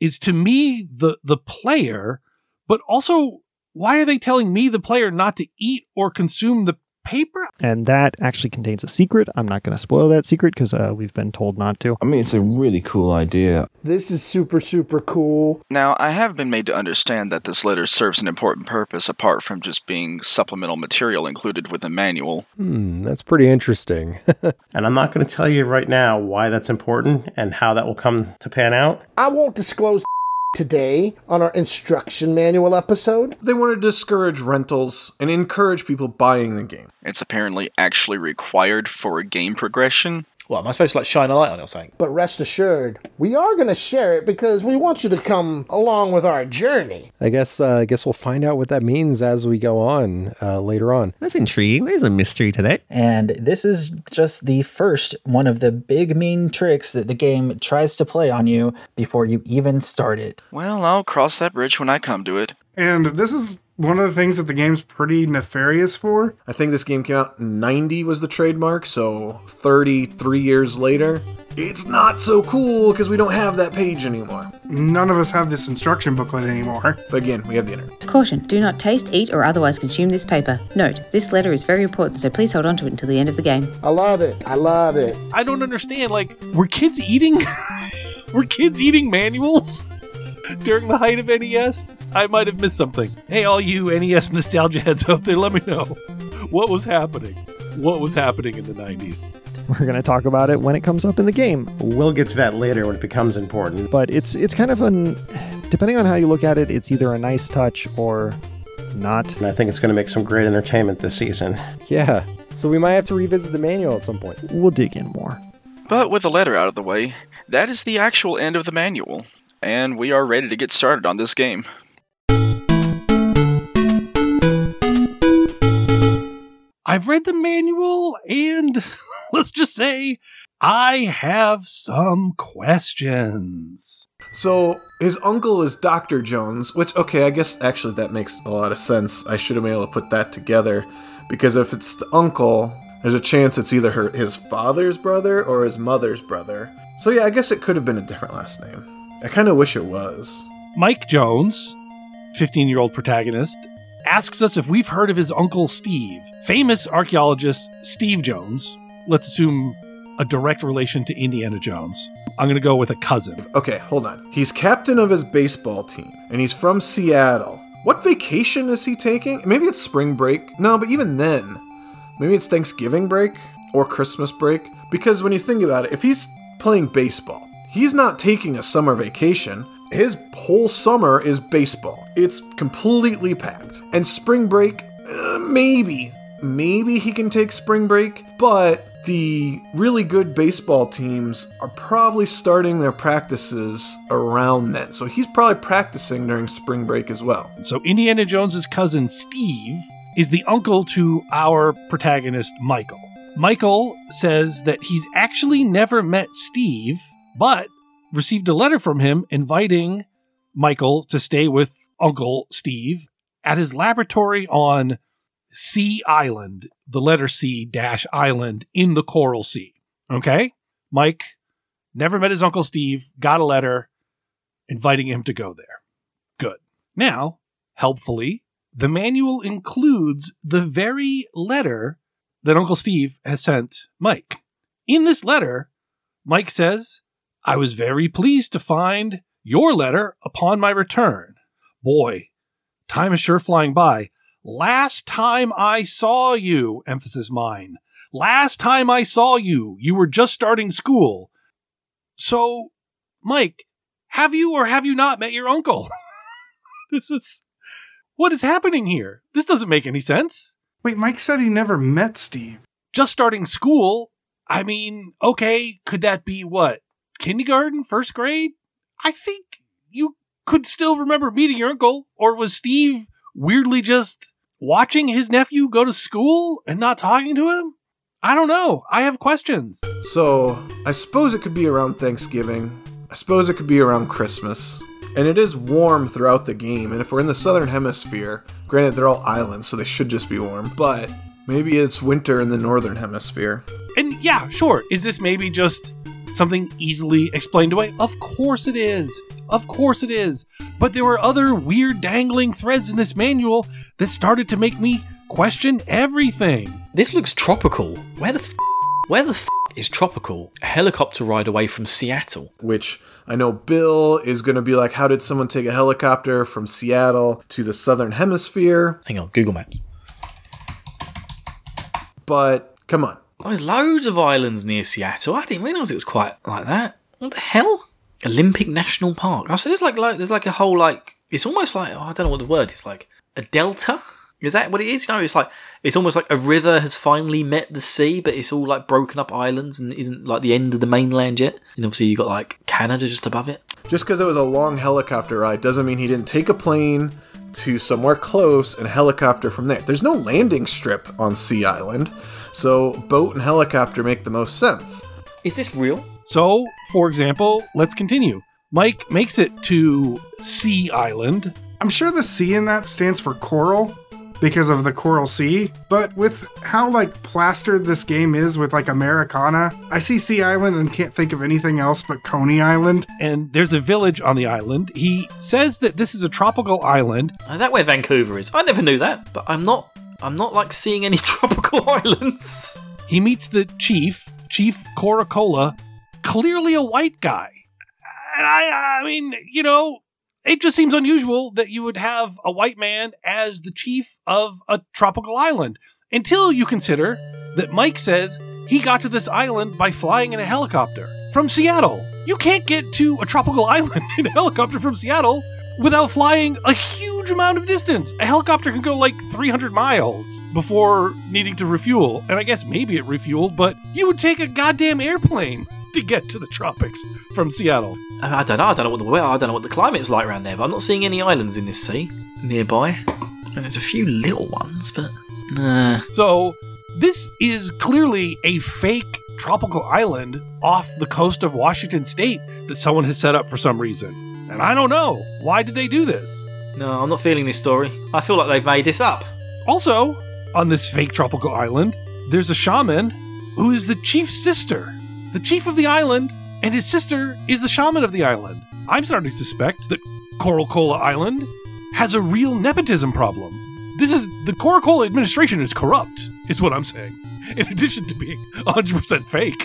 N: is to me the the player, but also why are they telling me the player not to eat or consume the paper?
D: And that actually contains a secret. I'm not going to spoil that secret because uh, we've been told not to.
R: I mean, it's a really cool idea.
L: This is super, super cool.
M: Now, I have been made to understand that this letter serves an important purpose apart from just being supplemental material included with the manual.
B: Hmm, that's pretty interesting.
I: and I'm not going to tell you right now why that's important and how that will come to pan out.
L: I won't disclose today on our instruction manual episode.
G: They want to discourage rentals and encourage people buying the game.
M: It's apparently actually required for game progression.
A: Well, am I supposed to like shine a light on it or something?
L: But rest assured, we are going to share it because we want you to come along with our journey.
B: I guess uh, I guess we'll find out what that means as we go on uh, later on.
Q: That's intriguing. There's a mystery to that.
O: And this is just the first one of the big mean tricks that the game tries to play on you before you even start it.
M: Well, I'll cross that bridge when I come to it.
K: And this is one of the things that the game's pretty nefarious for.
G: I think this game came out in 90 was the trademark, so 33 years later, it's not so cool because we don't have that page anymore.
K: None of us have this instruction booklet anymore.
G: But again, we have the internet.
V: Caution, do not taste, eat, or otherwise consume this paper. Note, this letter is very important, so please hold on to it until the end of the game.
L: I love it. I love it.
N: I don't understand. Like, were kids eating? were kids eating manuals during the height of NES? I might have missed something. Hey, all you NES nostalgia heads out there, let me know what was happening. What was happening in the '90s?
D: We're going to talk about it when it comes up in the game.
I: We'll get to that later when it becomes important.
D: But it's it's kind of an depending on how you look at it, it's either a nice touch or not.
I: And I think it's going to make some great entertainment this season.
B: Yeah, so we might have to revisit the manual at some point.
D: We'll dig in more.
M: But with the letter out of the way, that is the actual end of the manual, and we are ready to get started on this game.
N: I've read the manual, and let's just say I have some questions.
G: So his uncle is Dr. Jones, which, okay, I guess actually that makes a lot of sense. I should have been able to put that together because if it's the uncle, there's a chance it's either her, his father's brother or his mother's brother. So yeah, I guess it could have been a different last name. I kind of wish it was.
N: Mike Jones, 15 year old protagonist, asks us if we've heard of his uncle Steve, famous archaeologist Steve Jones. Let's assume a direct relation to Indiana Jones. I'm going to go with a cousin.
G: Okay, hold on. He's captain of his baseball team, and he's from Seattle. What vacation is he taking? Maybe it's spring break. No, but even then, maybe it's Thanksgiving break or Christmas break. Because when you think about it, if he's playing baseball, he's not taking a summer vacation. His whole summer is baseball. It's completely packed. And spring break, uh, maybe, maybe he can take spring break, but the really good baseball teams are probably starting their practices around then. So he's probably practicing during spring break as well.
N: So Indiana Jones's cousin Steve is the uncle to our protagonist Michael. Michael says that he's actually never met Steve, but received a letter from him inviting Michael to stay with Uncle Steve at his laboratory on Sea Island, the letter C dash island in the Coral Sea. Okay? Mike never met his Uncle Steve, got a letter inviting him to go there. Good. Now, helpfully, the manual includes the very letter that Uncle Steve has sent Mike. In this letter, Mike says, I was very pleased to find your letter upon my return. Boy, time is sure flying by. Last time I saw you, emphasis mine. Last time I saw you, you were just starting school. So, Mike, have you or have you not met your uncle? this is what is happening here? This doesn't make any sense.
K: Wait, Mike said he never met Steve.
N: Just starting school? I mean, okay, could that be what? Kindergarten, first grade? I think you could still remember meeting your uncle, or was Steve weirdly just watching his nephew go to school and not talking to him? I don't know. I have questions.
G: So, I suppose it could be around Thanksgiving. I suppose it could be around Christmas. And it is warm throughout the game, and if we're in the southern hemisphere, granted they're all islands, so they should just be warm, but maybe it's winter in the northern hemisphere.
N: And yeah, sure. Is this maybe just something easily explained away? Of course it is. Of course it is. But there were other weird dangling threads in this manual that started to make me question everything.
A: This looks tropical. Where the f- where the f- is tropical? A helicopter ride away from Seattle.
G: Which I know Bill is going to be like, how did someone take a helicopter from Seattle to the southern hemisphere?
A: Hang on, Oh, Google Maps.
G: But come on.
A: Oh, there's loads of islands near Seattle. I didn't realise it was quite like that. What the hell? Olympic National Park. Oh, so there's like, like there's like a whole like it's almost like oh, I don't know what the word is like a delta. Is that what it is? You know, it's like it's almost like a river has finally met the sea, but it's all like broken up islands and isn't like the end of the mainland yet. And obviously you got like Canada just above it.
G: Just because it was a long helicopter ride doesn't mean he didn't take a plane to somewhere close and helicopter from there. There's no landing strip on Sea Island, so boat and helicopter make the most sense.
A: Is this real?
N: So, for example, let's continue. Mike makes it to Sea Island.
K: I'm sure the C in that stands for coral because of the coral sea, but with how like plastered this game is with like Americana, I see Sea Island and can't think of anything else but Coney Island.
N: And there's a village on the island. He says that this is a tropical island.
A: Is that where Vancouver is? I never knew that, but I'm not I'm not like seeing any tropical islands.
N: He meets the chief, Chief Coracola, clearly a white guy. And I I mean, you know, it just seems unusual that you would have a white man as the chief of a tropical island until you consider that Mike says he got to this island by flying in a helicopter from Seattle. You can't get to a tropical island in a helicopter from Seattle without flying a huge amount of distance. A helicopter can go like 300 miles before needing to refuel. And I guess maybe it refueled, but you would take a goddamn airplane to get to the tropics from Seattle.
A: I don't know. I don't know what the weather. I don't know what the climate's like around there. But I'm not seeing any islands in this sea nearby. And there's a few little ones, but nah.
N: So this is clearly a fake tropical island off the coast of Washington State that someone has set up for some reason. And I don't know. Why did they do this?
A: No, I'm not feeling this story. I feel like they've made this up.
N: Also, on this fake tropical island, there's a shaman who is the chief's sister. The chief of the island and his sister is the shaman of the island. I'm starting to suspect that Coracola Island has a real nepotism problem. This is the Coracola administration is corrupt, is what I'm saying. In addition to being 100% fake.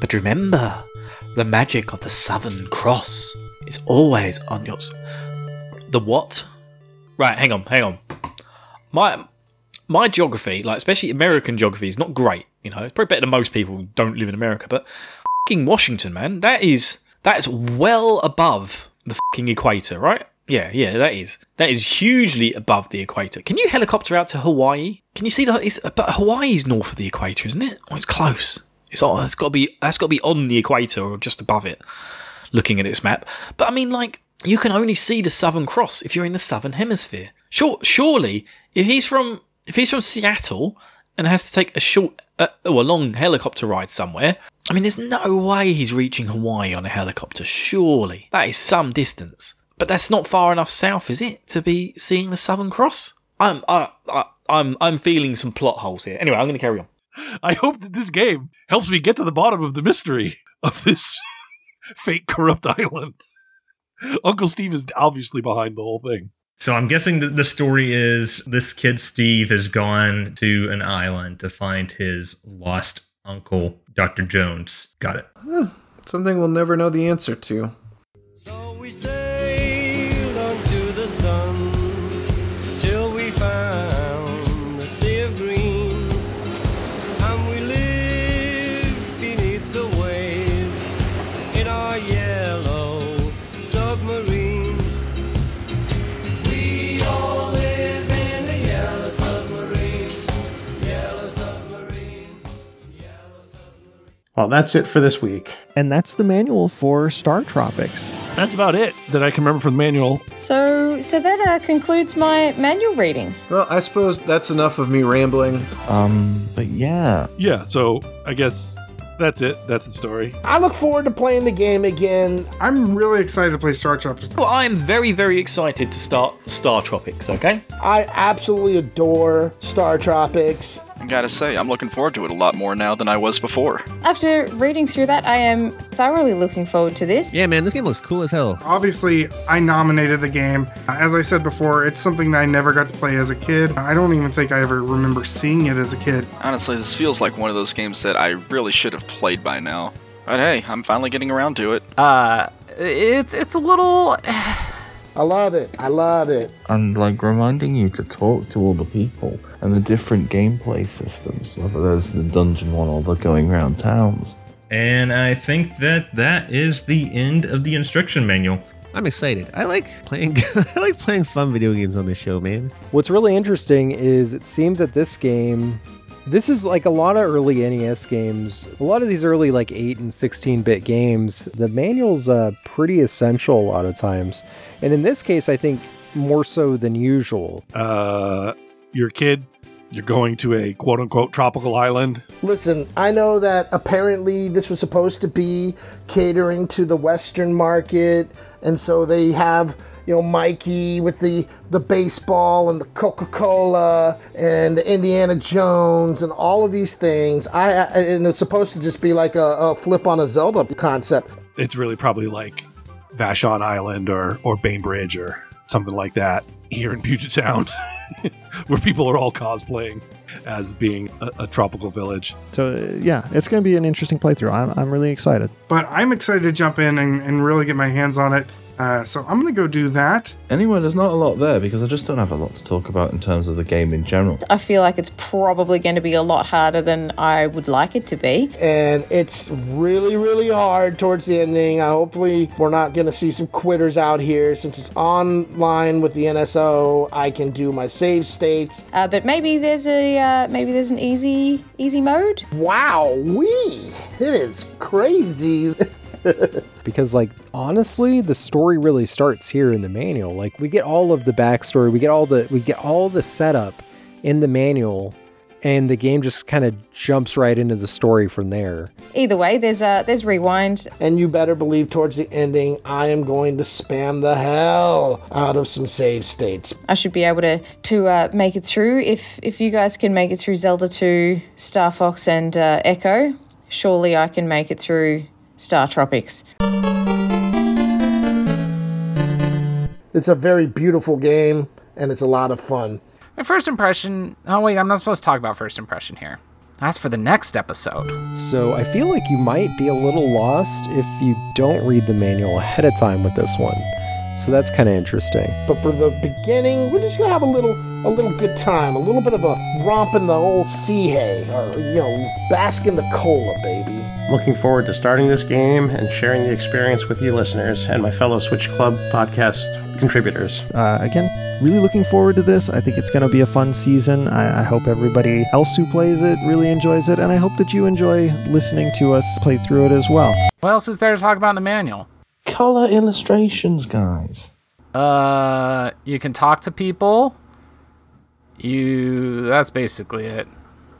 P: But remember, the magic of the Southern Cross is always on your. s-
A: The what? Right, hang on, hang on. My my geography, like especially American geography, is not great. You know, it's probably better than most people who don't live in America. But fucking Washington, man, that is that's well above the fucking equator, right? Yeah, yeah, that is that is hugely above the equator. Can you helicopter out to Hawaii? Can you see the? It's, but Hawaii's north of the equator, isn't it? Or it's close. It's on. It's got to be. That's got to be on the equator or just above it. Looking at its map, but I mean, like you can only see the Southern Cross if you're in the Southern Hemisphere. Sure, surely if he's from if he's from Seattle and has to take a short uh, or a long helicopter ride somewhere, I mean, there's no way he's reaching Hawaii on a helicopter. Surely that is some distance, but that's not far enough south, is it, to be seeing the Southern Cross? I'm I, I, I'm I'm feeling some plot holes here. Anyway, I'm going to carry on.
N: I hope that this game helps me get to the bottom of the mystery of this fake corrupt island. Uncle Steve is obviously behind the whole thing.
F: So I'm guessing that the story is this kid Steve has gone to an island to find his lost uncle, Dr. Jones. Got it.
G: Huh, Hmm, something we'll never know the answer to.
S: So we sailed unto the sun till we found.
I: Well, that's it for this week.
D: And that's the manual for Star Tropics.
N: That's about it that I can remember from the manual.
H: So, so that uh, concludes my manual reading.
G: Well, I suppose that's enough of me rambling.
R: Um, but yeah.
N: Yeah, so I guess that's it. That's the story.
L: I look forward to playing the game again.
K: I'm really excited to play Star Tropics.
A: Well, I'm very, very excited to start Star Tropics, okay?
L: I absolutely adore Star Tropics.
M: I gotta say, I'm looking forward to it a lot more now than I was before.
H: After reading through that, I am thoroughly looking forward to this.
Q: Yeah, man, this game looks cool as hell.
K: Obviously, I nominated the game. Uh, As I said before, it's something that I never got to play as a kid. I don't even think I ever remember seeing it as a kid.
M: Honestly, this feels like one of those games that I really should have played by now. But hey, I'm finally getting around to it.
P: Uh, it's it's a little.
L: I love it. I love it.
R: And like reminding you to talk to all the people and the different gameplay systems, whether there's the dungeon one or the going round towns.
F: And I think that that is the end of the instruction manual.
Q: I'm excited. I like playing. I like playing fun video games on this show, man.
B: What's really interesting is it seems that this game, this is like a lot of early NES games, a lot of these early like 8 and 16 bit games, the manual's uh, pretty essential a lot of times. And in this case, I think more so than usual.
N: Uh, you're a kid. You're going to a quote unquote tropical island.
L: Listen, I know that apparently this was supposed to be catering to the Western market, and so they have you know Mikey with the the baseball and the Coca Cola and the Indiana Jones and all of these things. I I- and it's supposed to just be like a, a flip on a Zelda concept.
N: It's really probably like Vashon Island or, or Bainbridge or something like that here in Puget Sound, where people are all cosplaying as being a, a tropical village.
D: So, uh, yeah, it's going to be an interesting playthrough. I'm, I'm really excited.
K: But I'm excited to jump in and, and really get my hands on it. Uh, so I'm going to go do that.
R: Anyway, there's not a lot there because I just don't have a lot to talk about in terms of the game in general.
H: I feel like it's probably going to be a lot harder than I would like it to be.
L: And it's really, really hard towards the ending. Uh, hopefully, we're not going to see some quitters out here. Since it's online with the NSO, I can do my save states.
H: Uh, but maybe there's a uh, maybe there's an easy easy mode.
L: Wow, we it is crazy.
B: because like honestly the story really starts here in the manual like we get all of the backstory we get all the we get all the setup in the manual and the game just kind of jumps right into the story from there
H: Either way, there's uh there's rewind.
L: And you better believe towards the ending, I am going to spam the hell out of some save states.
H: I should be able to to uh, make it through. If if you guys can make it through Zelda two, Star Fox, and uh, Echo, surely I can make it through Star Tropics.
L: It's a very beautiful game, and it's a lot of fun.
S: My first impression. Oh, wait, I'm not supposed to talk about first impression here. That's for the next episode.
B: so i feel like you might be a little lost if you don't read the manual ahead of time with this one so that's kind of interesting
L: But for the beginning, we're just gonna have a little, a little good time, a little bit of a romp in the old sea hay, or you know, bask in the cola, baby.
I: Looking forward to starting this game and sharing the experience with you listeners and my fellow Switch Club podcast contributors.
D: Uh, again, really looking forward to this. I think it's going to be a fun season. I, I hope everybody else who plays it really enjoys it, and I hope that you enjoy listening to us play through it as well.
S: What else is there to talk about in the manual?
R: Color illustrations, guys.
S: Uh, you can talk to people. You. That's basically it.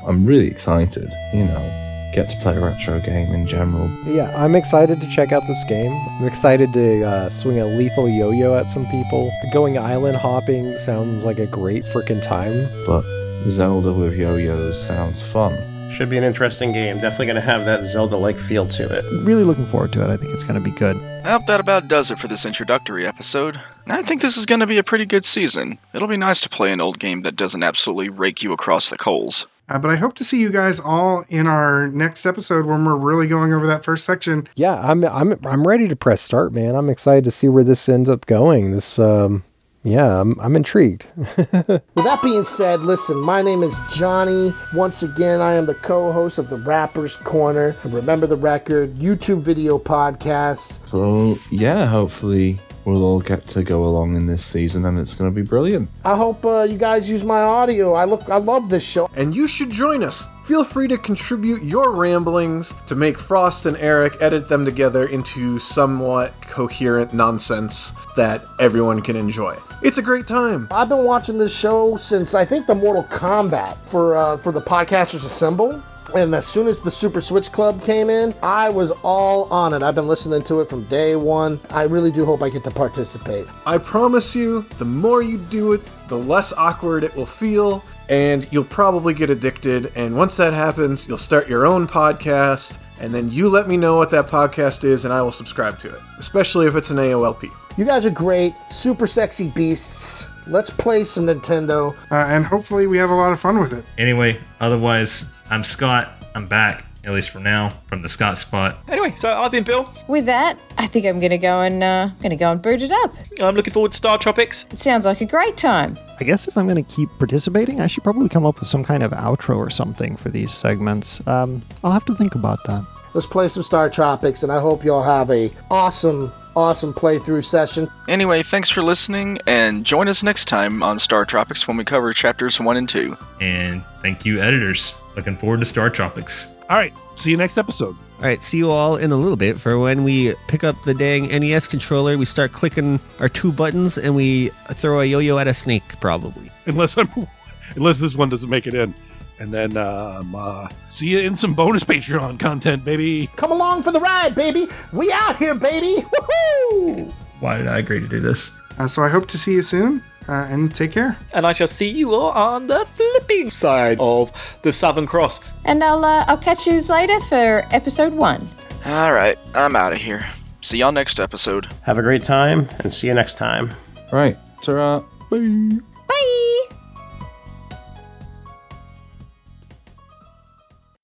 R: I'm really excited, you know, get to play a retro game in general.
B: yeah i'm excited to check out this game i'm excited to uh, swing a lethal yo-yo at some people going island hopping sounds like a great freaking time
R: But Zelda with yo-yos sounds fun.
I: Should be an interesting game. Definitely going to have that Zelda like feel to it.
D: Really looking forward to it. I think it's going to be good.
M: Well, that about does it for this introductory episode. I think this is going to be a pretty good season. It'll be nice to play an old game that doesn't absolutely rake you across the coals.
K: Uh, but I hope to see you guys all in our next episode when we're really going over that first section.
B: yeah i'm i'm i'm ready to press start man i'm excited to see where this ends up going this um yeah i'm, I'm intrigued
L: With that being said, listen, my name is Johnny. Once again, I am the co host of The Rapper's Corner. And remember the record, YouTube video podcasts.
R: So yeah, hopefully we'll all get to go along in this season, and it's going to be brilliant.
L: I hope uh, you guys use my audio. I look, I love this show.
G: And you should join us. Feel free to contribute your ramblings to make Frost and Eric edit them together into somewhat coherent nonsense that everyone can enjoy. It's a great time.
L: I've been watching this show since I think the Mortal Kombat for uh, for the Podcasters Assemble. And as soon as the Super Switch Club came in, I was all on it. I've been listening to it from day one. I really do hope I get to participate.
G: I promise you, the more you do it, the less awkward it will feel, and you'll probably get addicted. And once that happens, you'll start your own podcast, and then you let me know what that podcast is, and I will subscribe to it, especially if it's an AOLP.
L: You guys are great, super sexy beasts. Let's play some Nintendo.
K: Uh, and hopefully, we have a lot of fun with it.
F: Anyway, otherwise, I'm Scott. I'm back, at least for now, from the Scott spot.
A: Anyway, so I've been Bill.
H: With that, I think I'm gonna go and uh, gonna go and boot it up.
A: I'm looking forward to Star Tropics.
H: It sounds like a great time.
D: I guess if I'm going to keep participating, I should probably come up with some kind of outro or something for these segments. Um, I'll have to think about that.
L: Let's play some Star Tropics, and I hope y'all have a awesome, awesome playthrough session.
M: Anyway, thanks for listening, and join us next time on Star Tropics when we cover chapters 1 and 2.
F: And thank you, editors. Looking forward to Star Tropics.
N: All right. See you next episode.
Q: All right, see you all in a little bit for when we pick up the dang NES controller. We start clicking our two buttons and we throw a yo-yo at a snake, probably.
N: Unless I'm, unless this one doesn't make it in, and then um, uh, see you in some bonus Patreon content, baby.
L: Come along for the ride, baby. We out here, baby. Woohoo!
F: Why did I agree to do this?
K: Uh, so I hope to see you soon, uh, and take care.
A: And I shall see you all on the flipping side of the Southern Cross.
H: And I'll uh, I'll catch you later for episode one.
M: All right, I'm out of here. See y'all next episode.
I: Have a great time and see you next time.
R: Right. Ta-ra. Bye.
H: Bye.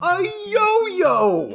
G: A yo-yo.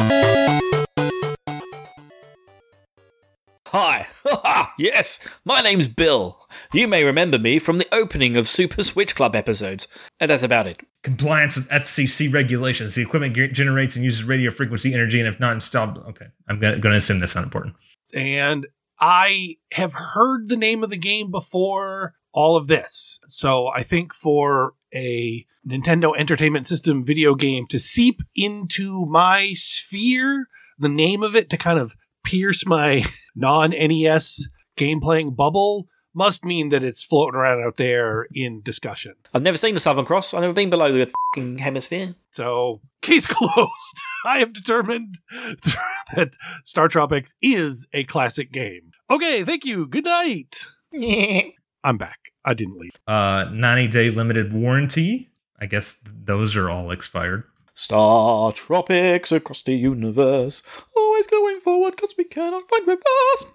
A: Hi! yes, my name's Bill. You may remember me from the opening of Super Switch Club episodes, and that's about it.
F: Compliance with FCC regulations. The equipment ge- generates and uses radio frequency energy, and if not installed, okay, I'm going to assume that's not important.
N: And I have heard the name of the game before all of this. So I think for a Nintendo Entertainment System video game to seep into my sphere, the name of it to kind of pierce my non NES game playing bubble must mean that it's floating around out there in discussion.
A: I've never seen the Southern Cross. I've never been below the fing hemisphere.
N: So, case closed. I have determined that Star Tropics is a classic game. Okay, thank you. Good night. I'm back. I didn't leave.
F: Uh, 90 day limited warranty. I guess those are all expired.
A: Star Tropics across the universe, always going forward because we cannot find reverse.